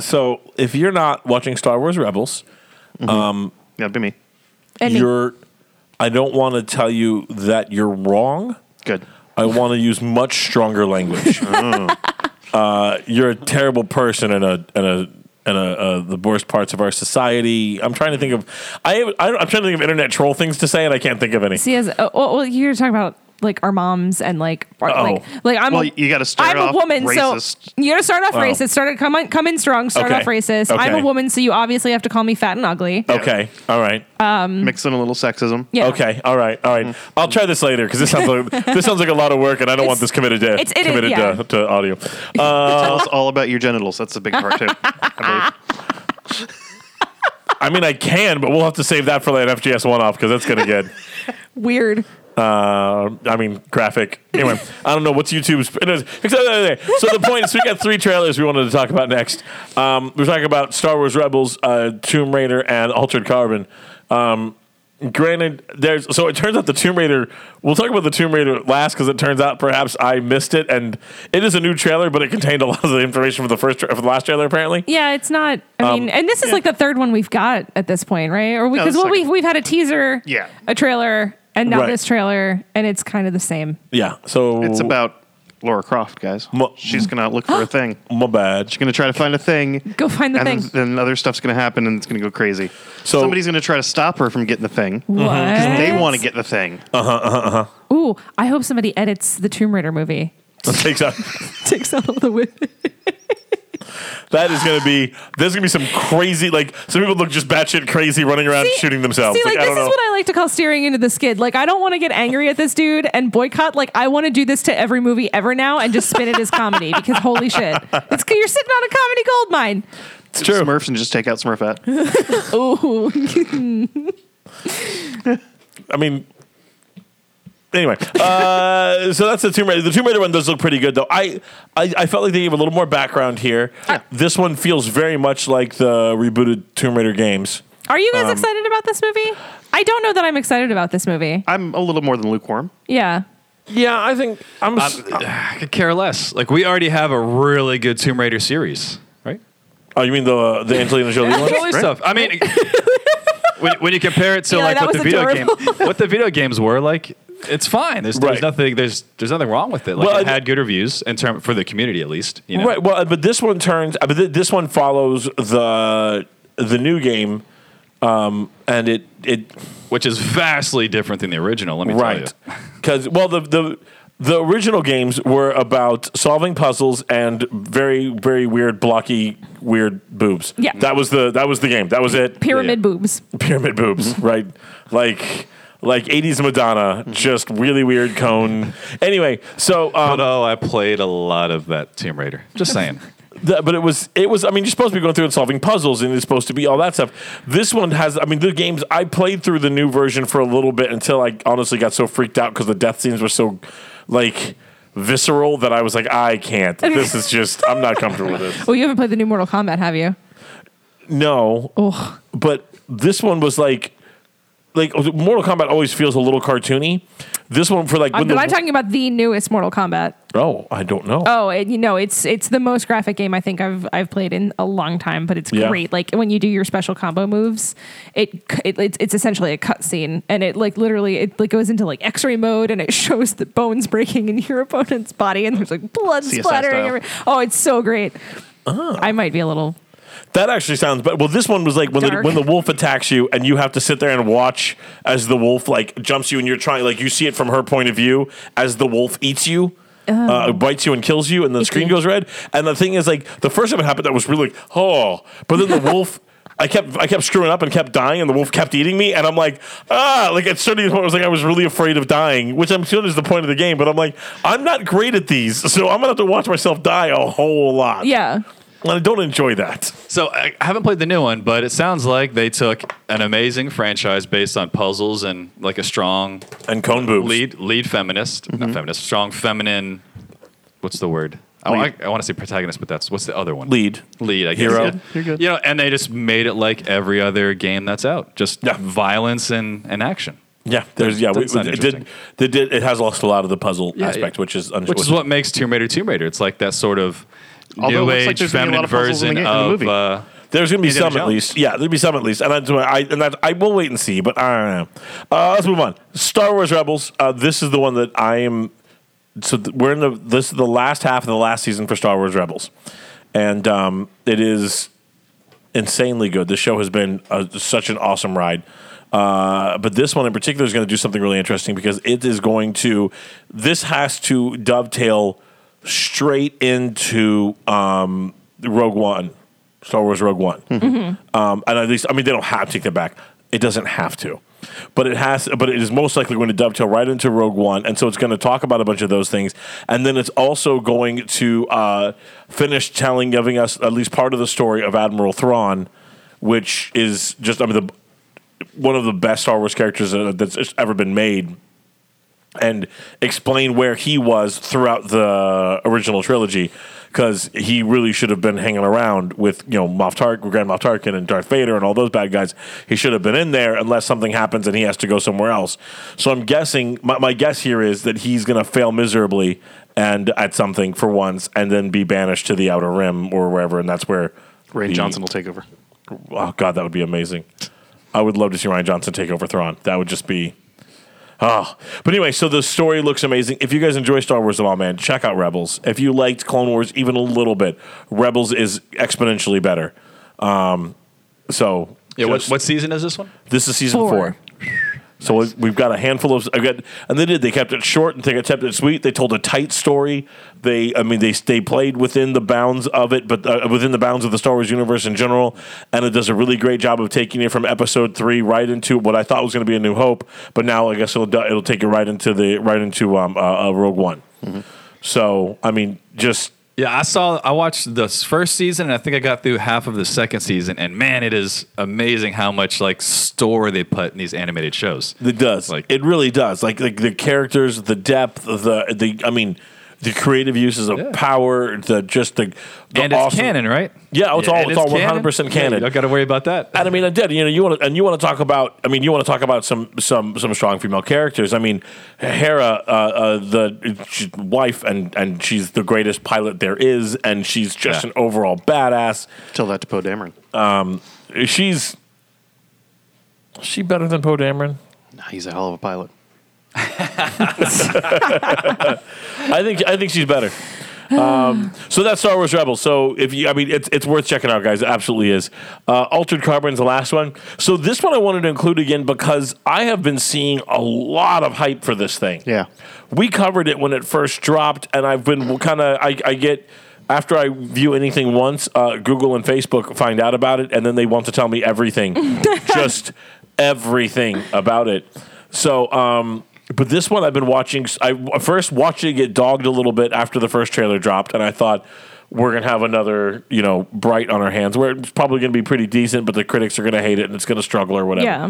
S1: So if you're not watching Star Wars Rebels,
S2: That'd be me.
S3: And
S1: you're. I don't want to tell you that you're wrong.
S2: Good.
S1: I want to use much stronger language.
S3: Mm.
S1: uh, you're a terrible person and a and a and a, uh, the worst parts of our society. I'm trying to think of I, have, I don't- I'm trying to think of internet troll things to say and I can't think of any.
S3: see as oh, well, well, you're talking about like our moms and like our- like,
S1: Oh.
S3: like I'm
S2: Well,
S3: a,
S2: you gotta start
S3: I'm
S2: off
S3: a woman,
S2: racist.
S3: so you gotta start off
S1: Oh.
S3: racist. Start it- come on, come in strong. Start
S1: Okay.
S3: off racist. I'm
S1: Okay.
S3: a woman, so you obviously have to call me fat and ugly.
S2: Uh,
S1: Okay. All right.
S2: Mix in a little sexism.
S3: Mm. Yeah.
S1: Okay. All right. All right. I'll try this later because this sounds like this sounds like a lot of work, and I don't want
S3: Mm-hmm.
S1: this
S3: It's-
S1: committed to
S3: it's- it is-
S1: committed
S3: yeah.
S1: to, to audio. Uh,
S2: Tell us all about your genitals. That's a big part too. I believe.
S1: I mean, I can, but we'll have to save that for like an FGS one off because that's gonna get.
S3: Weird.
S1: uh, I mean, graphic. Anyway, I don't know what's YouTube's. anyways, except- anyway, So the point is, we got three trailers we wanted to talk about next. Um, we're talking about Star Wars Rebels, uh, Tomb Raider, and Altered Carbon. Um, granted, there's so it turns out the Tomb Raider. We'll talk about the Tomb Raider last because it turns out perhaps I missed it, and it is a new trailer, but it contained a lot of the information from the first tra- from the last trailer apparently.
S3: Yeah, it's not. I mean, and this is like the third one we've got at this point, right? Or
S2: No,
S3: because
S2: the
S3: well, we've
S2: second.
S3: we've had a teaser,
S2: Yeah.
S3: a trailer, and now
S1: Right.
S3: this trailer, and it's kind of the same.
S1: Yeah, so
S2: It's about Laura Croft, guys.
S1: Mo-
S2: She's gonna look for a thing.
S1: my bad.
S2: She's gonna try to find a thing.
S3: Go find the
S2: and
S3: thing.
S2: then, then other stuff's gonna happen, and it's gonna go crazy.
S1: So-
S2: somebody's gonna try to stop her from getting the thing.
S3: What?
S2: They want to get the thing.
S1: Uh,
S3: Ooh, I hope somebody edits the Tomb Raider movie.
S1: Takes out.
S3: Takes out all the women.
S1: That is going to be. There's going to be some crazy. Like some people look just batshit crazy, running around
S3: See-
S1: shooting themselves.
S3: See, like,
S1: I
S3: this
S1: don't
S3: is
S1: know.
S3: what I like to call steering into the skid. Like, I don't want to get angry at this dude and boycott. Like, I want to do this to every movie ever now and just spin it as comedy because holy shit, it's you're sitting on a comedy gold mine.
S1: it's true.
S2: Smurfs and just take out Smurfette.
S1: I mean, anyway. Uh, so that's the Tomb Raider. The Tomb Raider one does look pretty good, though. I, I I felt like they gave a little more background here. This one feels very much like the rebooted Tomb Raider games.
S3: Are you guys excited about this movie? I don't know that I'm excited about this movie.
S2: I'm a little more than lukewarm.
S3: Yeah.
S1: Yeah, I think I'm.
S4: I could care less. Like we already have a really good Tomb Raider series, right?
S1: oh, you mean the the Angelina Jolie one?
S4: Totally stuff. I mean, when, when you compare it to
S3: Yeah,
S4: like
S3: that
S4: what the
S3: was
S4: video game,
S3: adorable.
S4: what the video games were like, it's fine. There's,
S1: Right.
S4: there's nothing. There's there's nothing wrong with it. Like
S1: Well,
S4: it
S1: I-
S4: had good reviews in term for the community at least. You know?
S1: Right. Well, but this one turns. uh, But th- this one follows the the new game, um, and it it
S4: Which is vastly different than the original. Let me
S1: right
S4: tell you.
S1: because well the the the original games were about solving puzzles and very very weird blocky weird boobs.
S3: Yeah.
S1: that was the that was the game. That was it.
S3: Pyramid boobs.
S1: Pyramid boobs, right? Like like 80s Madonna, just really weird cone. Anyway, so um,
S4: But oh, I played a lot of that Tomb Raider. Just saying.
S1: The- but it was it was I mean you're supposed to be going through and solving puzzles and it's supposed to be all that stuff. This one has I mean the games I played through the new version for a little bit until I honestly got so freaked out because the death scenes were so like visceral that I was like I can't. This is just I'm not comfortable with this.
S3: Well, you haven't played the new Mortal Kombat, have you?
S1: No,
S3: Oh,
S1: but this one was like like Mortal Kombat always feels a little cartoony. This one for like
S3: I'm,
S1: when
S3: but
S1: the,
S3: I'm talking about the newest Mortal Kombat.
S1: oh I don't know
S3: Oh, and you know, it's it's the most graphic game I think I've I've played in a long time, but it's
S1: Yeah.
S3: great. Like when you do your special combo moves, it, c- it it's, it's essentially a cutscene, and it like literally it like goes into like X-ray mode, and it shows the bones breaking in your opponent's body, and there's like blood
S2: CSI
S3: splattering.
S2: style.
S3: every- Oh, it's so great. I might be a little
S1: that actually sounds better. Well, this one was like when the,
S3: Dark.
S1: when the wolf attacks you and you have to sit there and watch as the wolf like jumps you and you're trying like you see it from her point of view as the wolf eats you. Uh,
S3: Oh.
S1: bites you and kills you, and the screen goes red. And the thing is, like the first time it happened, that was really like, oh, but then the wolf, I kept, I kept screwing up and kept dying, and the wolf kept eating me, and I'm like, ah, like at certain point, I was like, I was really afraid of dying, which I'm sure is the point of the game, but I'm like, I'm not great at these, so I'm gonna have to watch myself die a whole lot.
S3: yeah.
S1: and I don't enjoy that.
S4: So I I haven't played the new one, but it sounds like they took an amazing franchise based on puzzles and like a strong
S1: and cone boobs.
S4: lead lead feminist,
S2: Mm-hmm.
S4: not feminist, strong feminine. What's the word? I, wa-
S1: Lead.
S4: I, want to say protagonist, but that's what's the other one?
S1: Lead.
S4: lead. I guess.
S1: Hero. You're
S2: good. You're good.
S4: You know, and they just made it like every other game that's out, just
S1: Yeah.
S4: violence and, and action,
S1: Yeah, there's yeah. We,
S4: That's not
S1: it did,
S4: interesting.
S1: they did it has lost a lot of the puzzle
S4: Yeah,
S1: aspect,
S4: yeah.
S1: which is un-
S4: which is what makes Tomb Raider Tomb Raider. It's like that sort of
S2: Although it
S4: new
S2: looks like
S4: age
S2: there's gonna be a lot
S4: feminine
S2: of puzzles in the
S4: version
S2: ga- in the
S4: of.
S2: movie.
S4: Uh,
S1: there's gonna be
S4: Indiana
S1: some at
S4: Jones.
S1: least. Yeah, there'll be some at least, and that's why I and that I will wait and see. But I don't know. Uh, let's move on. Star Wars Rebels. Uh, this is the one that I am. So th- we're in the this is the last half of the last season for Star Wars Rebels, and um, it is insanely good. This show has been uh such an awesome ride. Uh, but this one in particular is going to do something really interesting because it is going to. This has to dovetail straight into um, Rogue One, Star Wars Rogue One, um, and at least I mean they don't have to take that back. It doesn't have to, but it has. But it is most likely going to dovetail right into Rogue One, and so it's going to talk about a bunch of those things, and then it's also going to uh, finish telling, giving us at least part of the story of Admiral Thrawn, which is just I mean the one of the best Star Wars characters uh, that's ever been made, and explain where he was throughout the original trilogy, because he really should have been hanging around with you know Moff Tark, Grand Moff Tarkin, and Darth Vader, and all those bad guys. He should have been in there unless something happens and he has to go somewhere else. So I'm guessing my, my guess here is that he's going to fail miserably and at something for once, and then be banished to the Outer Rim or wherever, and that's where
S2: Ray
S1: the-
S2: Johnson will take over.
S1: Oh God, that would be amazing. I would love to see Ryan Johnson take over Thrawn. That would just be. Oh, but anyway, so the story looks amazing. If you guys enjoy Star Wars at all, man, check out Rebels. If you liked Clone Wars even a little bit, Rebels is exponentially better. Um, so
S4: yeah, what,
S1: just-
S4: what season is this one?
S1: this is season four.
S3: Four.
S1: So we- we've got a handful of. I've got, and they did. They kept it short and they kept it sweet. They told a tight story. They, I mean, they they played within the bounds of it, but uh, within the bounds of the Star Wars universe in general. And it does a really great job of taking you from episode three right into what I thought was going to be a New Hope, but now I guess it'll do- it'll take you right into the right into um, uh, uh, Rogue One. So I mean, just
S4: Yeah, I saw. I watched the first season, and I think I got through half of the second season. And man, it is amazing how much like store they put in these animated shows.
S1: It does.
S4: Like-
S1: it really does. Like like the characters, the depth, the the I mean, the creative uses of
S4: Yeah.
S1: power, the just the, the
S4: and it's
S1: awesome-
S4: canon, right?
S1: Yeah, it's all-
S4: and
S1: it's all 100% canon.
S4: Yeah, you don't got to worry about that.
S1: And I mean, I did. You know, you want to, and you want to talk about. I mean, you want to talk about some some some strong female characters. I mean, Hera, uh, uh, the she's wife, and and she's the greatest pilot there is, and she's just
S4: Yeah.
S1: an overall badass.
S2: Tell that to Poe Dameron.
S1: She's is she better than Poe Dameron?
S2: Nah, he's a hell of a pilot.
S1: I think I think she's better. Um, so that's Star Wars Rebels. So if you, I mean, it's it's worth checking out, guys. It absolutely is. Uh, Altered Carbon's the last one. So this one I wanted to include again because I have been seeing a lot of hype for this thing.
S2: Yeah.
S1: we covered it when it first dropped, and I've been kind of I, I get. After I view anything once, uh, Google and Facebook find out about it, and then they want to tell me everything, just everything about it. So, um, but this one I've been watching. I first watched it get dogged a little bit after the first trailer dropped, and I thought we're gonna have another, you know, bright on our hands where it's probably gonna be pretty decent, but the critics are gonna hate it and it's gonna struggle or whatever.
S3: Yeah.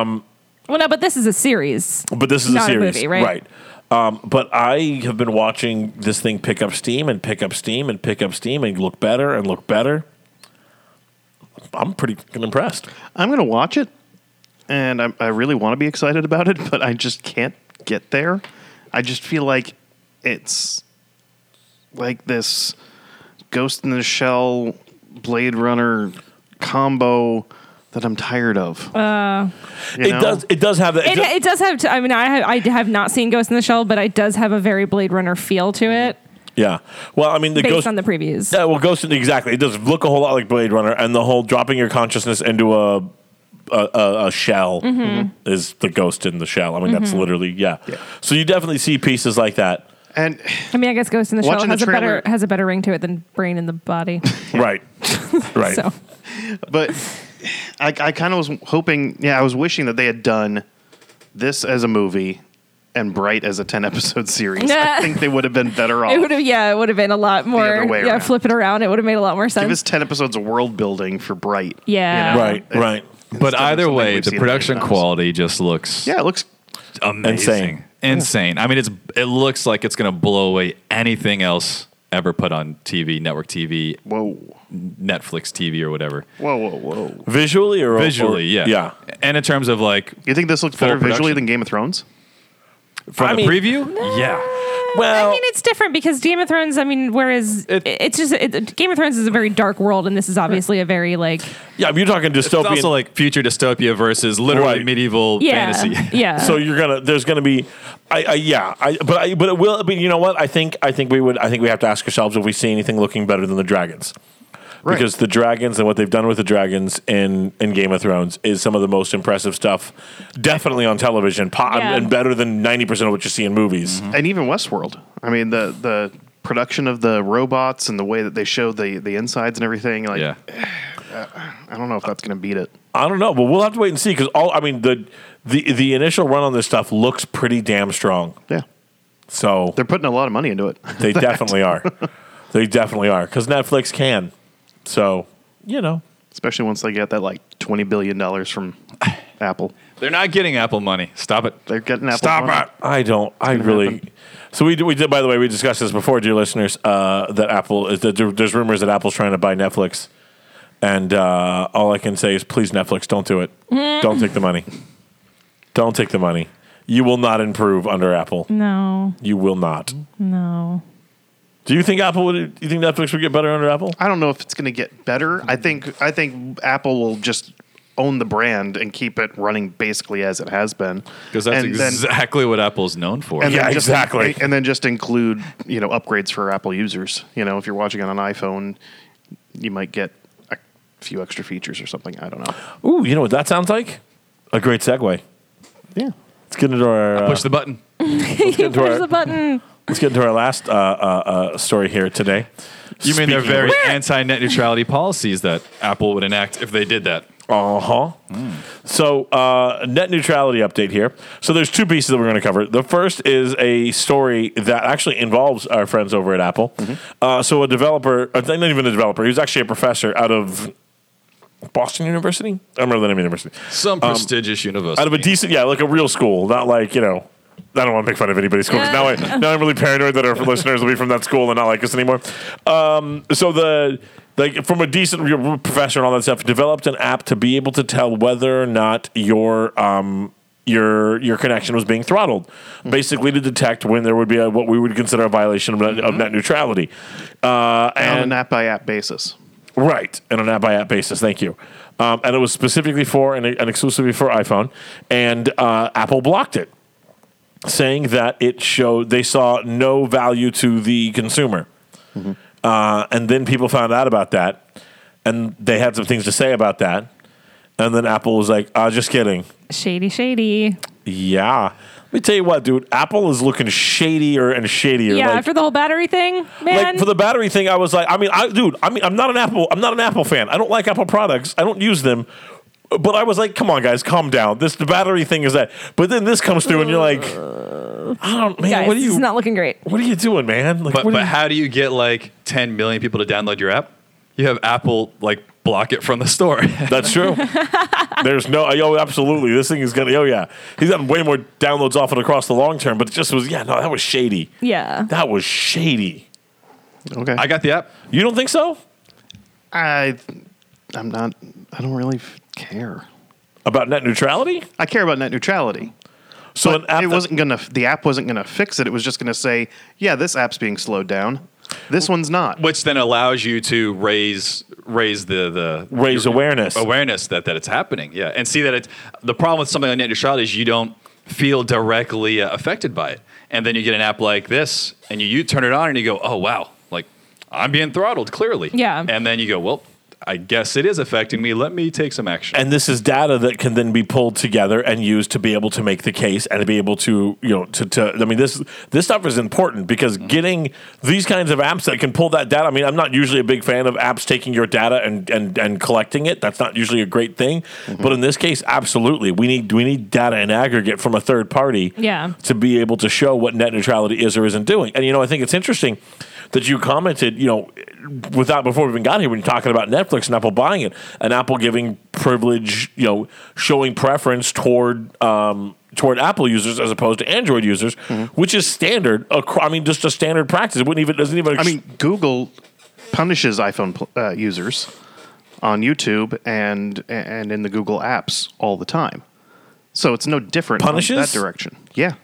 S3: Um, well, no, but this is a series.
S1: But this is
S3: Not
S1: a
S3: a
S1: series,
S3: movie, right?
S1: Um, but I have been watching this thing pick up steam and pick up steam and pick up steam and look better and look better. I'm pretty fucking impressed.
S2: I'm going to watch it. and I, I really want to be excited about it, but I just can't get there. I just feel like it's like this Ghost in the Shell Blade Runner combo that I'm tired of. Uh,
S1: It does. It does have that.
S3: It, it does have. T- I mean, I have, I have not seen Ghost in the Shell, but it does have a very Blade Runner feel to it
S1: yeah. Well, I mean, the
S3: based
S1: ghost
S3: on the previews.
S1: Yeah, well, Ghost exactly. It does look a whole lot like Blade Runner, and the whole dropping your consciousness into a a, a, a shell
S3: Mm-hmm.
S1: is the ghost in the shell. I mean, that's literally yeah. So you definitely see pieces like that,
S2: and
S3: I mean, I guess Ghost in the Shell
S2: Watching the
S3: has a better
S2: trailer-
S3: has a better ring to it than Brain in the Body.
S1: right? right.
S3: So
S2: but I, I kind of was hoping, yeah, I was wishing that they had done this as a movie and Bright as a 10 episode series. I
S3: Nah.
S2: think they would have been better off.
S3: it would have. Yeah, it would have been a lot more.
S2: other way
S3: yeah,
S2: around.
S3: flip it around. It would have made a lot more sense.
S2: Give us 10 episodes of world building for Bright.
S3: Yeah.
S1: Right,
S2: It-
S1: right.
S4: But
S2: of
S4: either
S2: something
S4: way,
S2: we've
S4: the
S2: seen a
S4: production
S2: million times.
S4: quality just looks
S2: Yeah, it looks
S4: amazing.
S1: Insane.
S4: Insane. I mean, it's it looks like it's going to blow away anything else ever put on TV, network TV,
S2: whoa,
S4: Netflix TV, or whatever.
S2: whoa, whoa, whoa.
S1: Visually or or-
S4: Visually, yeah.
S1: yeah.
S4: And in terms of like
S2: You think this looks
S4: Full
S2: better visually
S4: production.
S2: than Game of Thrones?
S4: from
S1: I
S4: the
S1: mean-
S4: preview, yeah.
S1: Well,
S3: I mean, it's different because Game of Thrones. I mean, whereas
S4: It-
S3: it's just it, Game of Thrones is a very dark world, and this is obviously a very like
S1: yeah. If you're talking
S4: It's
S1: dystopian,
S4: also like future dystopia versus literally
S1: Right.
S4: medieval
S3: yeah,
S4: fantasy.
S3: yeah.
S1: So you're gonna there's gonna be, I, I yeah, I but I but it will. But you know what? I think I think we would I think we have to ask ourselves if we see anything looking better than the dragons,
S2: Right.
S1: because the dragons and what they've done with the dragons in in Game of Thrones is some of the most impressive stuff, definitely on television, po-
S3: Yeah.
S1: and better than ninety percent of what you see in movies.
S4: Mm-hmm.
S2: And even Westworld. I mean, the the production of the robots and the way that they show the the insides and everything. Like,
S4: yeah.
S2: I don't know if that's going to beat it.
S1: I don't know, but we'll have to wait and see because all I mean the the the initial run on this stuff looks pretty damn strong.
S2: Yeah,
S1: So
S2: they're putting a lot of money into it.
S1: they definitely are, they definitely are because Netflix can. So you know.
S2: especially once they get that like twenty billion dollars from Apple.
S4: They're not getting Apple money. Stop it.
S2: They're getting Apple.
S4: Stop
S2: money.
S4: it.
S1: I don't. I really. So we we did. By the way, we discussed this before, dear listeners. Uh, that Apple is that there- there's rumors that Apple's trying to buy Netflix, and uh, all I can say is please Netflix, don't do it. don't take the money. Don't take the money. You will not improve under Apple.
S3: no,
S1: You will not.
S3: no.
S1: Do you think Apple would? You think Netflix would get better under Apple?
S2: I don't know if it's going to get better. I think I think Apple will just own the brand and keep it running basically as it has been.
S4: Because that's
S2: And then-
S4: exactly what Apple's known for.
S2: and
S1: Yeah,
S2: then just,
S1: exactly.
S2: And then just include you know upgrades for Apple users. You know, if you're watching on an iPhone, you might get a few extra features or something. I don't know.
S1: Ooh, you know what that sounds like? A great segue.
S2: Yeah,
S1: Let's get into our uh,
S4: Push the button.
S3: you
S1: into
S3: push
S1: our-
S3: the button.
S1: let's get into our last uh, uh, uh, story here today.
S4: You mean
S1: Speaking
S4: they're
S1: of
S4: very
S1: which-
S4: anti net neutrality policies that Apple would enact if they did that?
S1: Uh huh. So, uh, net neutrality update here. So, there's two pieces that we're going to cover. The first is a story that actually involves our friends over at Apple.
S4: Mm-hmm.
S1: Uh, so, a developer, uh, not even a developer, he was actually a professor out of Boston University. I don't remember the name of the university.
S4: Some prestigious university.
S1: Out of a decent, yeah, like a real school, not like, you know, I don't want to make fun of anybody's school 'cause now, I, now I'm really paranoid that our listeners will be from that school and not like us anymore. Um, so the like from a decent real professor and all that stuff, developed an app to be able to tell whether or not your um, your your connection was being throttled, basically to detect when there would be a, what we would consider a violation of net, of net neutrality. Uh,
S2: on
S1: and
S2: an app by app basis.
S1: Right, and on an app by app basis. Thank you. Um, and it was specifically for and, and exclusively for iPhone, and uh, Apple blocked it, saying that it showed they saw no value to the consumer. Uh, and then people found out about that, and they had some things to say about that. And then Apple was like, uh, "Just kidding."
S3: Shady, shady.
S1: Yeah, let me tell you what, dude. Apple is looking shadier and shadier.
S3: yeah,
S1: like-
S3: after the whole battery thing, man.
S1: like for the battery thing, I was like, I mean, I dude, I mean, I'm not an Apple, I'm not an Apple fan. I don't like Apple products. I don't use them. But I was like, come on, guys, calm down. This the battery thing is that. But then this comes through, and you're like, I don't, man.
S3: Guys,
S1: what are
S3: this
S1: you?
S3: is not looking great.
S1: what are you doing, man? Like,
S4: But,
S1: what are
S4: but
S1: you-
S4: how do you get like 10 million people to download your app? You have Apple like block it from the store.
S1: that's true. There's no. Oh, absolutely. This thing is gonna. Oh yeah, he's gotten way more downloads off it across the long term. But it just was. Yeah, no, that was shady.
S3: Yeah.
S1: That was shady.
S2: Okay,
S4: I
S2: I,
S4: got the app.
S1: You don't think so?
S2: I I'm not. I don't really f- care.
S1: about net neutrality.
S2: I care about net neutrality.
S1: So an app
S2: it
S1: that-
S2: wasn't gonna. The app wasn't gonna fix it. It was just gonna say, "Yeah, this app's being slowed down. This one's not."
S4: which then allows you to raise raise the the
S1: Raise
S4: your-
S1: awareness.
S4: awareness that that it's happening. Yeah, and see that it's the problem with something like net neutrality is you don't feel directly uh, affected by it, and then you get an app like this, and you, you turn it on, and you go, oh wow, like I'm being throttled clearly.
S3: Yeah.
S4: and then you go, well, I guess it is affecting me. Let me take some action.
S1: and this is data that can then be pulled together and used to be able to make the case and to be able to you know to, to i mean this this stuff is important because getting these kinds of apps that can pull that data i mean i'm not usually a big fan of apps taking your data and and, and collecting it that's not usually a great thing but in this case absolutely we need we need data in aggregate from a third party
S3: Yeah.
S1: to be able to show what net neutrality is or isn't doing. And you know, I think it's interesting that you commented, you know, without before we even got here when you're talking about Netflix and Apple buying it, and Apple giving privilege, you know, showing preference toward um, toward Apple users as opposed to Android users,
S2: Mm-hmm.
S1: which is standard. acro- I mean, just a standard practice. It wouldn't even doesn't even.
S2: I mean, Google punishes iPhone pl- uh, users on YouTube and and in the Google apps all the time. So it's no different in
S1: Punishes?
S2: that direction. Yeah.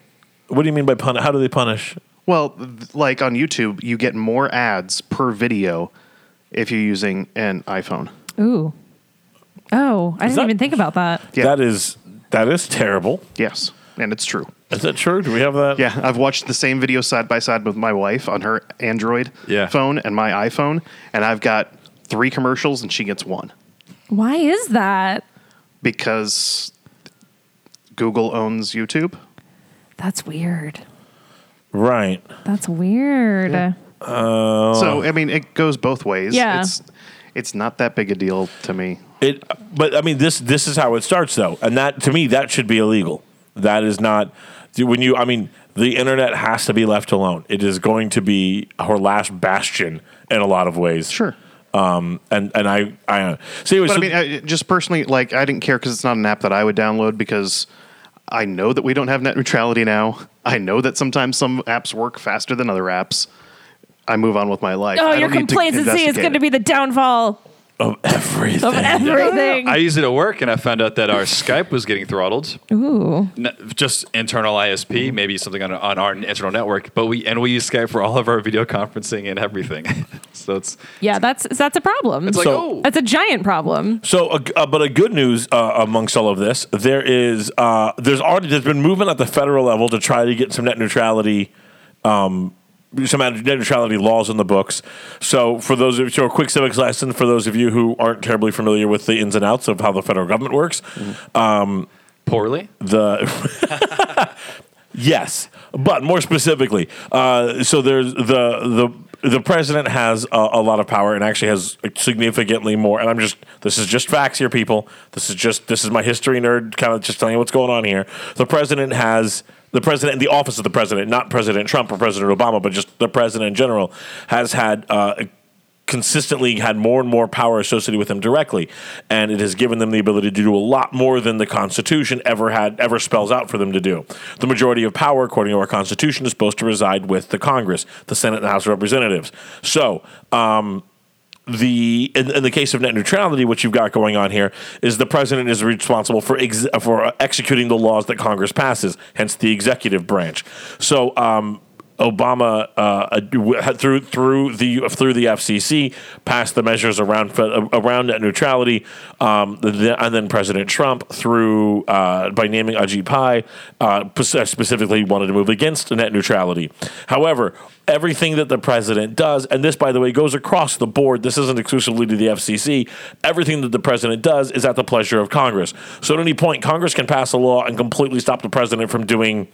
S1: what do you mean by punish? How do they punish?
S2: Well, th- like on YouTube, you get more ads per video if you're using an iPhone.
S3: Ooh. Oh, I didn't
S1: that-
S3: even think about that.
S2: Yeah.
S1: That is that is terrible.
S2: Yes, and it's true.
S1: Is that true? Do we have that?
S2: Yeah, I've watched the same video side by side with my wife on her Android
S4: Yeah.
S2: phone and my iPhone, and I've got three commercials and she gets one.
S3: Why is that?
S2: because Google owns YouTube.
S3: That's weird.
S1: Right.
S3: That's weird.
S2: Yeah. So I mean, it goes both ways.
S3: Yeah.
S2: It's it's not that big a deal to me.
S1: It, but I mean, this this is how it starts though, and that to me that should be illegal. That is not when you. I mean, the internet has to be left alone. It is going to be our last bastion in a lot of ways.
S2: Sure.
S1: Um. And and I I uh, so anyway,
S2: But
S1: so
S2: I mean, I, just personally, like I didn't care because it's not an app that I would download because I know that we don't have net neutrality now. I know that sometimes some apps work faster than other apps. I move on with my life.
S3: Oh,
S2: I
S3: your
S2: don't need to
S3: complacency is
S2: investigate
S3: going to
S2: it.
S3: be the downfall
S1: of everything.
S3: of everything.
S4: I used it at work, and I found out that our Skype was getting throttled.
S3: Ooh.
S4: n- just internal ISP, maybe something on, on our internal network. But we and we use Skype for all of our video conferencing and everything. so it's
S3: Yeah, that's that's a problem.
S4: it's like
S1: So-
S4: oh,
S3: that's a giant problem.
S1: So, uh, uh, but a good news uh, amongst all of this, there is uh, there's already there's been movement at the federal level to try to get some net neutrality, um, some net neutrality laws on the books. So, for those of so a quick civics lesson for those of you who aren't terribly familiar with the ins and outs of how the federal government works,
S4: poorly.
S1: the yes, but more specifically, uh, so there's the the the president has a, a lot of power and actually has significantly more. And I'm just this is just facts here, people. This is just this is my history nerd kind of just telling you what's going on here. The president has. The president, the office of the president, not President Trump or President Obama, but just the president in general, has had uh, consistently had more and more power associated with them directly, and it has given them the ability to do a lot more than the Constitution ever had ever spells out for them to do. The majority of power, according to our Constitution, is supposed to reside with the Congress, the Senate, and the House of Representatives. So. Um, the in, in the case of net neutrality, what you've got going on here is the president is responsible for ex- for executing the laws that Congress passes, hence the executive branch. So. Um, Obama, uh, uh, w- had- through through the through the FCC, passed the measures around fe- around net neutrality, um, the- the- and then President Trump, through uh, by naming Ajit Pai, uh, p- specifically wanted to move against net neutrality. However, everything that the president does, and this, by the way, goes across the board. This isn't exclusively to the FCC. Everything that the president does is at the pleasure of Congress. So at any point, Congress can pass a law and completely stop the president from doing.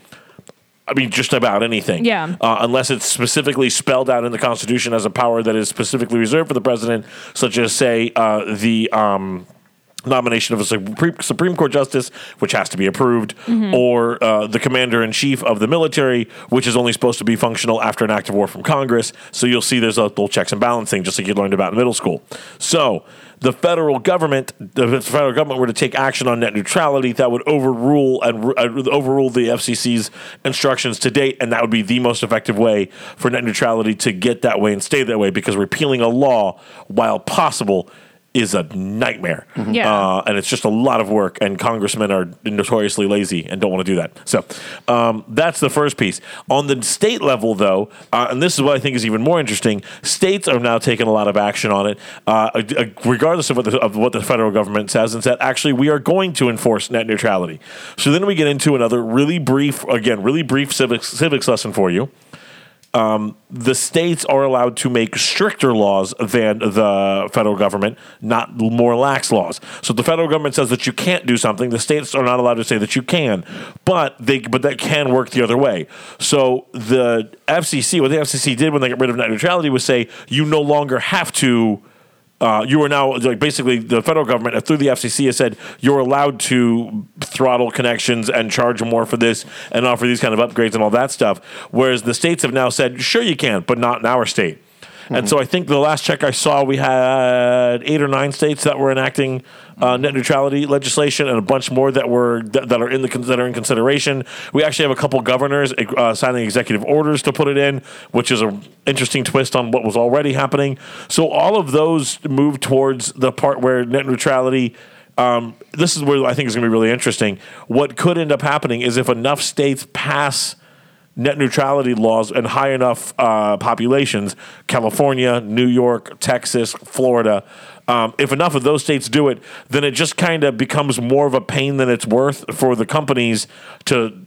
S1: I mean, just about anything.
S3: Yeah.
S1: Uh, unless it's specifically spelled out in the Constitution as a power that is specifically reserved for the president, such as, say, uh, the. Um, Nomination of a Supreme, Supreme Court justice, which has to be approved, or uh, the commander in chief of the military, which is only supposed to be functional after an act of war from Congress. So you'll see there's a little checks and balancing, just like you learned about in middle school. So the federal government, if the federal government were to take action on net neutrality, that would overrule and uh, overrule the FCC's instructions to date, and that would be the most effective way for net neutrality to get that way and stay that way. Because repealing a law, while possible, is a nightmare.
S3: Yeah.
S1: Uh, and it's just a lot of work, and congressmen are notoriously lazy and don't want to do that. So um, that's the first piece. On the state level, though, uh, and this is what I think is even more interesting, states are now taking a lot of action on it, uh, ag- ag- regardless of what, the, of what the federal government says, and said, actually, we are going to enforce net neutrality. So then we get into another really brief, again, really brief civics, civics lesson for you the states are allowed to make stricter laws than the federal government, not more lax laws. So if the federal government says that you can't do something, the states are not allowed to say that you can, but they but that can work the other way. So the FCC, what the FCC did when they got rid of net neutrality was say you no longer have to. Uh, you are now like basically the federal government uh, through the FCC has said you're allowed to throttle connections and charge more for this and offer these kind of upgrades and all that stuff. Whereas the states have now said, sure you can, but not in our state. And so I think the last check I saw, we had eight or nine states that were enacting uh, net neutrality legislation, and a bunch more that were that, that are in the con- that are in consideration. We actually have a couple governors uh, signing executive orders to put it in, which is an interesting twist on what was already happening. So all of those move towards the part where net neutrality um, this is where I think is going to be really interesting. What could end up happening is if enough states pass net neutrality laws and high enough uh, populations, California, New York, Texas, Florida, um, if enough of those states do it, then it just kind of becomes more of a pain than it's worth for the companies to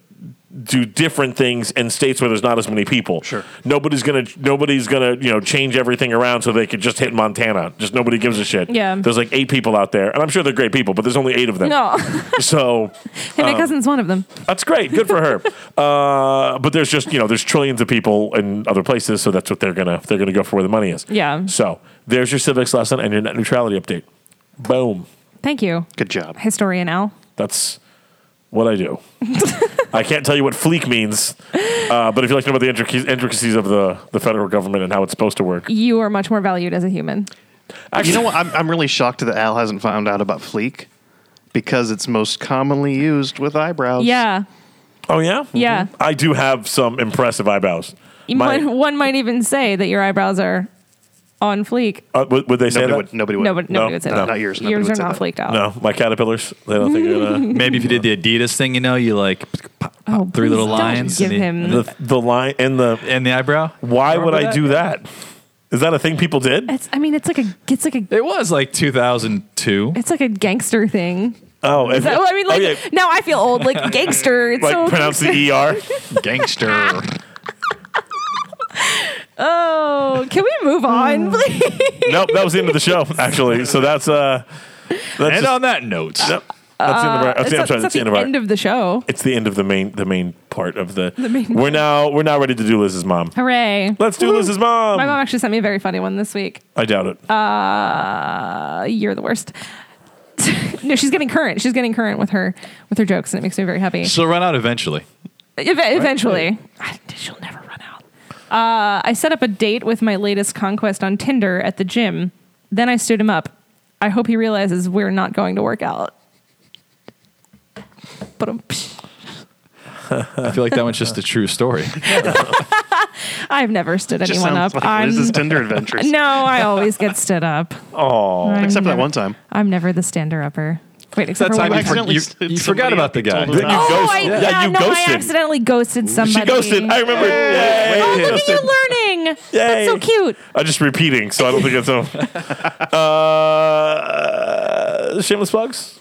S1: do different things in states where there's not as many people. Sure. Nobody's gonna nobody's gonna, you know, change everything around so they could just hit Montana. Just nobody gives a shit.
S3: Yeah.
S1: There's like eight people out there. And I'm sure they're great people, but there's only eight of them.
S3: No,
S1: So
S3: and
S2: Um,
S3: my cousin's one of them.
S1: that's great. Good for her. uh, but there's just, you know, there's trillions of people in other places, so that's what they're gonna they're gonna go for where the money is.
S3: Yeah.
S1: So there's your civics lesson and your net neutrality update. Boom.
S3: Thank you,
S2: Good job.
S3: historian Al.
S1: That's what I do. I can't tell you what fleek means, uh, but if you'd like to know about the intric- intricacies of the, the federal government and how it's supposed to work,
S3: You are much more valued as a human.
S1: actually,
S2: You know what? I'm, I'm really shocked that Al hasn't found out about Fleek because it's most commonly used with eyebrows.
S3: Yeah,
S1: Oh yeah,
S3: Yeah.
S1: Mhm. I do have some impressive eyebrows.
S3: you
S1: My-
S3: might, one might even say that your eyebrows are on fleek.
S1: uh, would, would they say
S2: Nobody
S1: that?
S2: would. Nobody would.
S3: No, but nobody
S1: No,
S3: would say
S1: no.
S3: that.
S2: Not yours. Nobody
S3: Yours
S2: would
S3: are
S2: say
S3: not
S2: that.
S3: fleeked out.
S1: No, my caterpillars. They don't think they're gonna.
S4: Maybe if you did the Adidas thing, you know, you like pop,
S1: Uh,
S3: Oh,
S4: three little
S3: please don't
S4: lines
S3: give
S4: and, the,
S3: him-
S1: the the line and the.
S4: and the eyebrow.
S1: Why would
S4: Remember
S1: I do that? Is that a thing people did?
S3: It's. I mean, it's like a. It's like a.
S4: It was like 2002.
S3: It's like a gangster thing.
S1: Oh,
S3: Is that, well, I mean, like now I feel old. Like gangster. It's
S1: like
S3: so
S1: pronounce the er.
S2: Gangster.
S3: Oh, can we move on, please?
S1: nope, that was Mm. the end of the show actually. So that's uh. That's
S4: and
S1: just-
S4: on that note,
S1: Nope. That's the end of our. That's
S3: It's
S1: the, I'm
S3: not-
S1: sorry,
S3: Uh,
S1: that's
S3: it's not
S1: the end of our.
S3: the show.
S1: it's the end of the main the main part of the.
S3: main
S1: we're now we're now ready to do Liz's mom.
S3: Hooray!
S1: Let's do Liz's mom.
S3: My mom actually sent me a very funny one this week.
S1: I doubt it.
S3: Uh, you're the worst. no, she's getting current. She's getting current with her with her jokes, and it makes me very happy.
S4: she'll run out eventually.
S3: Ev- eventually, I- she'll never run out. Uh, I set up a date with my latest conquest on Tinder at the gym. Then I stood him up. I hope he realizes we're not going to work out. But
S4: I feel like that one's just a true story.
S3: I've never stood
S2: Just
S3: anyone
S2: sounds
S3: up.
S2: like
S3: I'm-
S2: Liz's Tinder adventures.
S3: no, I always get stood up.
S1: Oh,
S3: I'm
S2: Except for that
S3: never-
S2: one time.
S3: I'm never the stander upper. Wait, except
S4: that
S3: for
S4: time
S3: one
S4: you, for-
S2: accidentally
S4: you-
S2: stood
S4: you forgot
S2: somebody
S4: about
S2: up
S4: the
S2: and
S4: guy.
S2: told him
S1: not-
S3: Oh,
S1: Ghost-
S3: I,
S1: yeah,
S3: yeah,
S1: you
S3: no, I
S1: ghosted.
S3: accidentally ghosted somebody.
S1: she ghosted. I remember. Yay,
S3: Oh, look at
S1: Justin.
S3: you learning. That's so
S1: Yay.
S3: cute.
S1: I'm just repeating, so I don't think it's a. Uh, shameless plugs.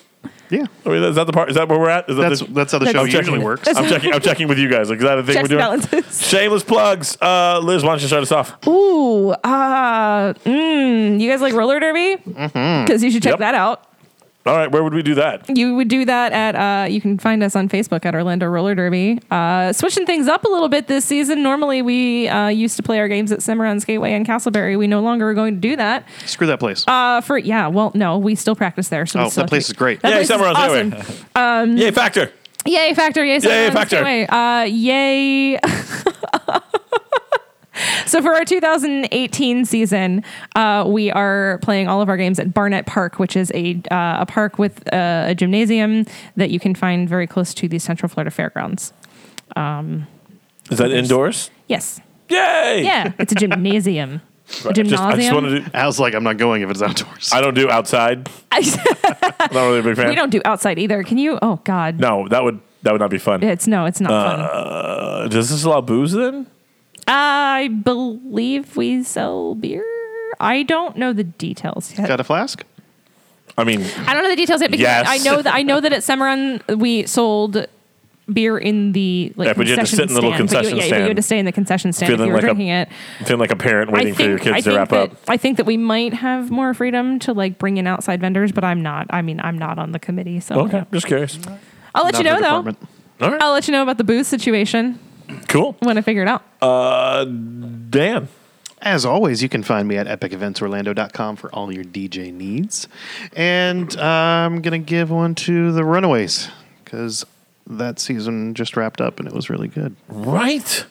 S2: Yeah.
S1: I mean, is that the part? Is that where we're at? Is that
S2: That's
S1: the-
S2: that's how the
S4: Oh,
S2: show
S1: I'm checking
S2: usually
S1: it.
S2: works.
S1: I'm checking. I'm checking with you guys. Like, is that a thing
S3: Checks
S1: we're doing?
S3: balances.
S1: Shameless plugs. Uh, Liz, why don't you start us off?
S3: Ooh, uh, mm, you guys like roller derby? Because
S2: Mm-hmm.
S3: you should check
S1: Yep.
S3: that out.
S1: All right, where would we do that?
S3: You would do that at, uh, you can find us on Facebook at Orlando Roller Derby. Uh, switching things up a little bit this season. Normally we uh, used to play our games at Cimarron's Gateway and Castleberry. We no longer are going to do that.
S2: Screw that place.
S3: Uh, for yeah, well, no, we still practice there. So we
S2: Oh,
S3: still
S2: that
S3: have
S2: place
S3: to-
S2: is great.
S3: That
S1: Yay,
S3: place is
S1: Cimarron's
S3: awesome.
S1: Gateway.
S3: Mm.
S1: Yay, Factor.
S3: Yay, Factor! Yay,
S1: Yay,
S3: Cimarron's
S1: Factor.
S3: Gateway. Uh, yay. So for our 2018 season, uh, we are playing all of our games at Barnett Park, which is a uh, a park with uh, a gymnasium that you can find very close to the Central Florida Fairgrounds.
S1: Is that indoors?
S3: Yes,
S1: Yay!
S3: yeah, it's a gymnasium.
S1: Just, I just
S3: Gymnasium?
S1: wanted to.
S2: I was like, I'm not going if it's outdoors.
S1: I don't do outside. I'm not really a big fan.
S3: we don't do outside either. Can you? Oh God,
S1: No, that would that would not be fun.
S3: it's no, it's not fun.
S1: Uh, does this allow booze then?
S3: I believe we sell beer. I don't know the details yet.
S2: Got a flask?
S1: I mean,
S3: I don't know the details yet because
S1: Yes.
S3: I know that I know that at Semaran we sold beer in the like
S1: Yeah, but you had to
S3: concession
S1: sit in the little
S3: stand. But
S1: concession
S3: you, yeah, but you
S1: stand.
S3: had to stay in the concession stand if
S1: Feeling
S3: you were
S1: like a-
S3: drinking it.
S1: feeling like a parent waiting for your kids to
S3: think
S1: wrap
S3: that,
S1: up.
S3: I think that we might have more freedom to like bring in outside vendors, but I'm not. I mean, I'm not on the committee, so
S1: Okay, just curious.
S3: I'll let
S2: Not
S3: you
S2: in
S3: know
S2: the
S3: though.
S2: department.
S1: All right,
S3: I'll let you know about the booze situation
S1: cool.
S3: when I figure it out.
S1: Uh, Dan,
S2: As always, you can find me at epiceventorlando.com for all your DJ needs. And uh, I'm going to give one to the Runaways because that season just wrapped up and it was really good.
S1: right,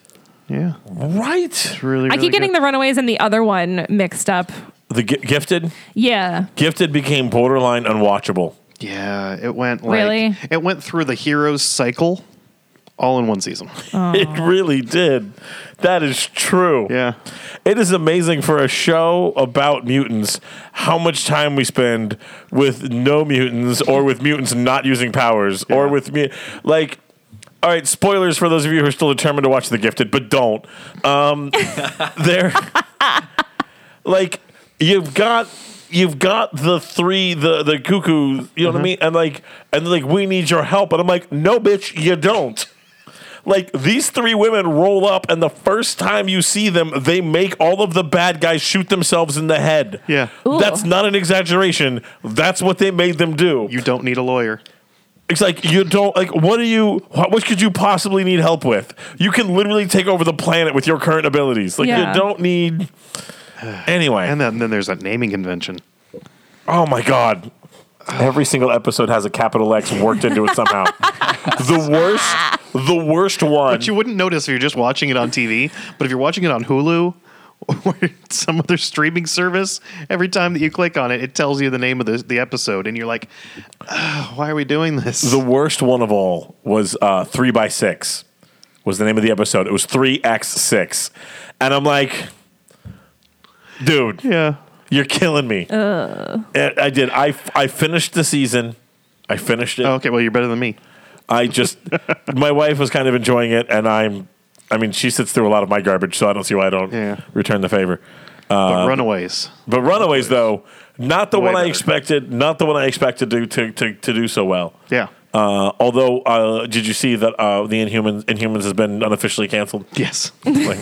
S2: Yeah.
S1: right.
S2: It's really, really
S3: I keep getting
S2: good.
S3: the Runaways and the other one mixed up.
S1: The gi- gifted,
S3: Yeah,
S1: gifted became borderline unwatchable.
S2: the. Yeah. It went like.
S3: Really?
S2: It went through the heroes cycle all in one season.
S1: It really did. That is true.
S2: yeah.
S1: It is amazing for a show about mutants how much time we spend with no mutants or with mutants not using powers or
S2: Yeah.
S1: with me like all right, spoilers for those of you who are still determined to watch The Gifted, but don't. Um, there, like you've got you've got the three the the cuckoo, you know
S2: Mm-hmm.
S1: what I mean, and like and like we need your help, and I'm like, no, bitch, you don't. Like these three women roll up, and the first time you see them, they make all of the bad guys shoot themselves in the head.
S2: Yeah.
S3: Ooh.
S1: that's not an exaggeration. That's what they made them do.
S2: You don't need a lawyer.
S1: It's like you don't like. What do you? What, what could you possibly need help with? You can literally take over the planet with your current abilities. Like
S3: Yeah.
S1: you don't need. Anyway,
S2: And then, then there's that naming convention.
S1: oh my god, every single episode has a capital X worked into it somehow. the worst, the worst one.
S2: But you wouldn't notice if you're just watching it on TV. But if you're watching it on Hulu or some other streaming service, every time that you click on it, it tells you the name of the, the episode, and you're like, "Ah, "Why are we doing this?"
S1: the worst one of all was uh, three by six. Was the name of the episode? It was three x six, and I'm like, dude.
S2: yeah,
S1: You're killing me. I, I did. I, I finished the season. I finished it.
S2: Oh, okay. Well, you're better than me.
S1: I just, my wife was kind of enjoying it, and I'm, I mean, she sits through a lot of my garbage, so I don't see why I don't
S2: Yeah.
S1: return the favor.
S2: But Runaways.
S1: But Runaways, though, not the
S2: Way
S1: one I
S2: better.
S1: expected, not the one I expected to to, to, to do so well.
S2: Yeah.
S1: Uh, although, uh, did you see that uh, the Inhumans Inhumans has been unofficially canceled?
S2: Yes.
S1: Like,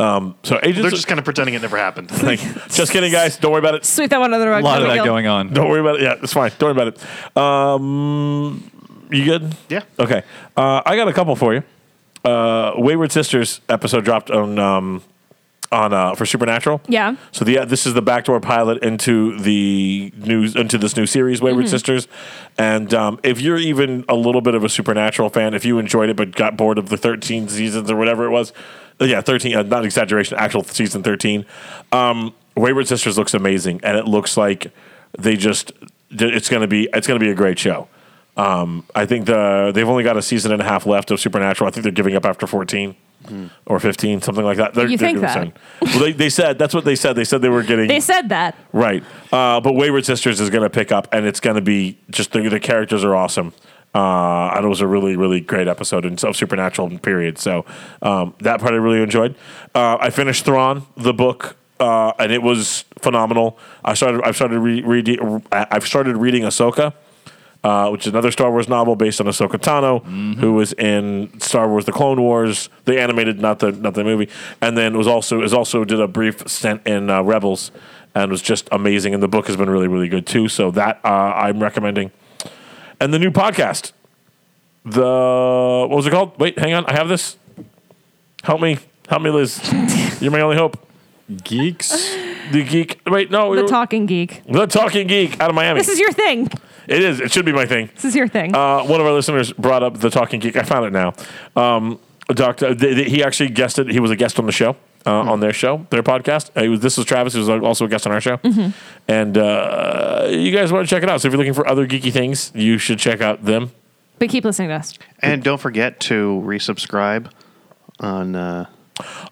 S1: um, so agents,
S2: They're just kind of pretending it never happened.
S1: like, just kidding, guys. Don't worry about it.
S3: sweep that one under the
S4: A
S3: rug.
S4: lot
S3: no
S4: of
S3: big
S4: that
S3: deal.
S4: going on.
S1: Don't worry about it. Yeah, it's fine. Don't worry about it. Um, you good?
S2: Yeah.
S1: Okay. Uh, I got a couple for you. Uh, Wayward Sisters episode dropped on um, on uh, for Supernatural.
S3: Yeah.
S1: So the uh, this is the backdoor pilot into the news into this new series,
S3: Mm-hmm.
S1: Wayward Sisters. And um, if you're even a little bit of a Supernatural fan, if you enjoyed it but got bored of the 13 seasons or whatever it was, uh, yeah, 13, uh, not exaggeration, actual season 13. Um, Wayward Sisters looks amazing, and it looks like they just it's gonna be it's gonna be a great show. Um, I think the they've only got a season and a half left of Supernatural. I think they're giving up after 14 or 15, something like that. They're,
S3: You
S1: they're
S3: think
S1: doing
S3: that?
S1: something. well, they, they said that's what they said. They said they were getting
S3: They said that.
S1: right. Uh, but Wayward Sisters is going to pick up, and it's going to be just the, the characters are awesome. Uh, and it was a really, really great episode in, of Supernatural. Period. So um, that part I really enjoyed. Uh, I finished Thrawn the book, uh, and it was phenomenal. I started. I've started re- reading. I've started reading Ahsoka uh, which is another Star Wars novel based on Ahsoka Tano, who was in Star Wars: The Clone Wars, the animated, not the not the movie, and then was also is also did a brief stint in uh, Rebels, and was just amazing. And the book has been really really good too. So that uh, I'm recommending, and the new podcast, the what was it called? Wait, hang on, I have this. Help me, help me, Liz. You're my only hope.
S4: Geeks.
S1: The geek. Wait, no,
S3: The talking geek.
S1: the talking geek out of Miami.
S3: This is your thing.
S1: it is. It should be my thing.
S3: This is your thing.
S1: Uh, one of our listeners brought up the talking geek. I found it now. Um, doctor, th- th- he actually guessed it. He was a guest on the show,
S3: Hmm.
S1: uh, on their show, their podcast. Uh, he was, this was Travis, who was also a guest on our show.
S3: Mm-hmm.
S1: And uh, you guys want to check it out. So if you're looking for other geeky things, you should check out them.
S3: but keep listening to us.
S2: and don't forget to resubscribe on uh,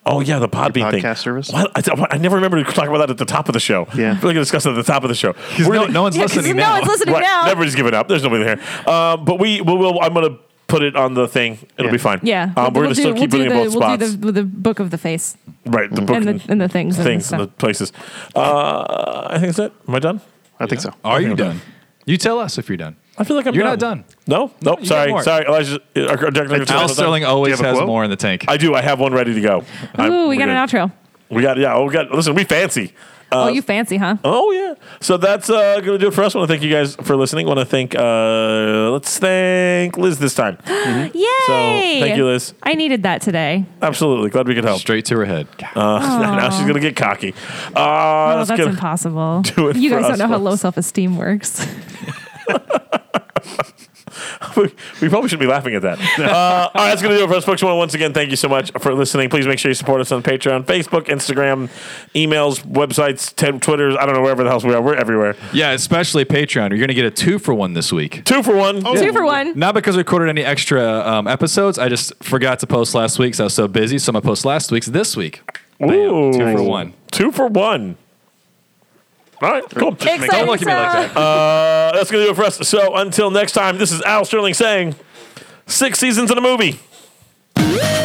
S1: Oh yeah, the Podbean thing.
S2: podcast service?
S1: What? I, I never remember to talk about that at the top of the show.
S2: Yeah.
S1: we're gonna discuss it at the top of the show.
S4: 'Cause
S1: We're
S4: no,
S1: gonna-
S4: no one's
S3: Yeah, 'cause
S4: listening
S3: no
S4: now.
S3: one's listening
S1: right,
S3: now.
S1: Everybody's giving up. There's nobody there. Um, but we, we will. I'm gonna put it on the thing. It'll
S2: Yeah.
S1: be fine.
S3: Yeah,
S1: Um, we're gonna still keep
S3: do
S1: it in
S3: the,
S1: both spots.
S3: We'll do the, the book of the face
S1: right. The book
S3: and the and the things
S1: things
S3: and
S1: and the
S3: the stuff.
S1: places. Uh, I think that's it. Am I done?
S2: I think so.
S4: Are you done? You tell us if you're done.
S1: I feel like I'm.
S4: You're not done.
S1: No. Nope.
S4: you got
S1: sorry.
S4: more.
S1: Sorry. Elijah. uh, our- our director-
S4: Al Sterling always
S2: have a
S4: has
S2: quote?
S4: more in the tank.
S1: I do. I have one ready to go. I'm-
S3: Ooh, we
S1: we're
S3: got an
S1: good.
S3: outro.
S1: We got yeah. Oh, we got. Listen, we fancy.
S3: oh, you fancy, huh?
S1: Oh yeah. So that's uh, gonna do it for us. Want to thank you guys for listening. Want to thank uh, let's thank Liz this time.
S3: Yay!
S1: thank you, Liz.
S3: I needed that today.
S1: Absolutely glad we could help.
S4: Straight to her head.
S1: Uh, now she's gonna get cocky. Uh,
S3: Oh,
S1: that's
S3: that's
S1: gonna-
S3: impossible.
S1: do it
S3: You
S1: for
S3: guys
S1: us,
S3: don't know how low
S1: folks.
S3: self-esteem works.
S1: we, we probably shouldn't be laughing at that. Uh, all right, that's going to do it for us, folks. Well, Once again, thank you so much for listening. Please make sure you support us on Patreon, Facebook, Instagram, emails, websites, t- Twitters. I don't know wherever the hell we are. We're everywhere.
S4: yeah, especially Patreon. You're going to get a two for one this week.
S1: Two for one.
S4: Oh,
S1: Yeah.
S3: Two for one.
S4: Not because we recorded any extra um, episodes. I just forgot to post last week's. I was so busy, so I'm going to post last week's this week. Bam,
S1: Ooh.
S4: two for one.
S1: Two for one. All right, cool.
S4: Don't look at me like that.
S1: Uh, that's going to do it for us. So until next time, this is Al Sterling saying six seasons in a movie.
S3: that.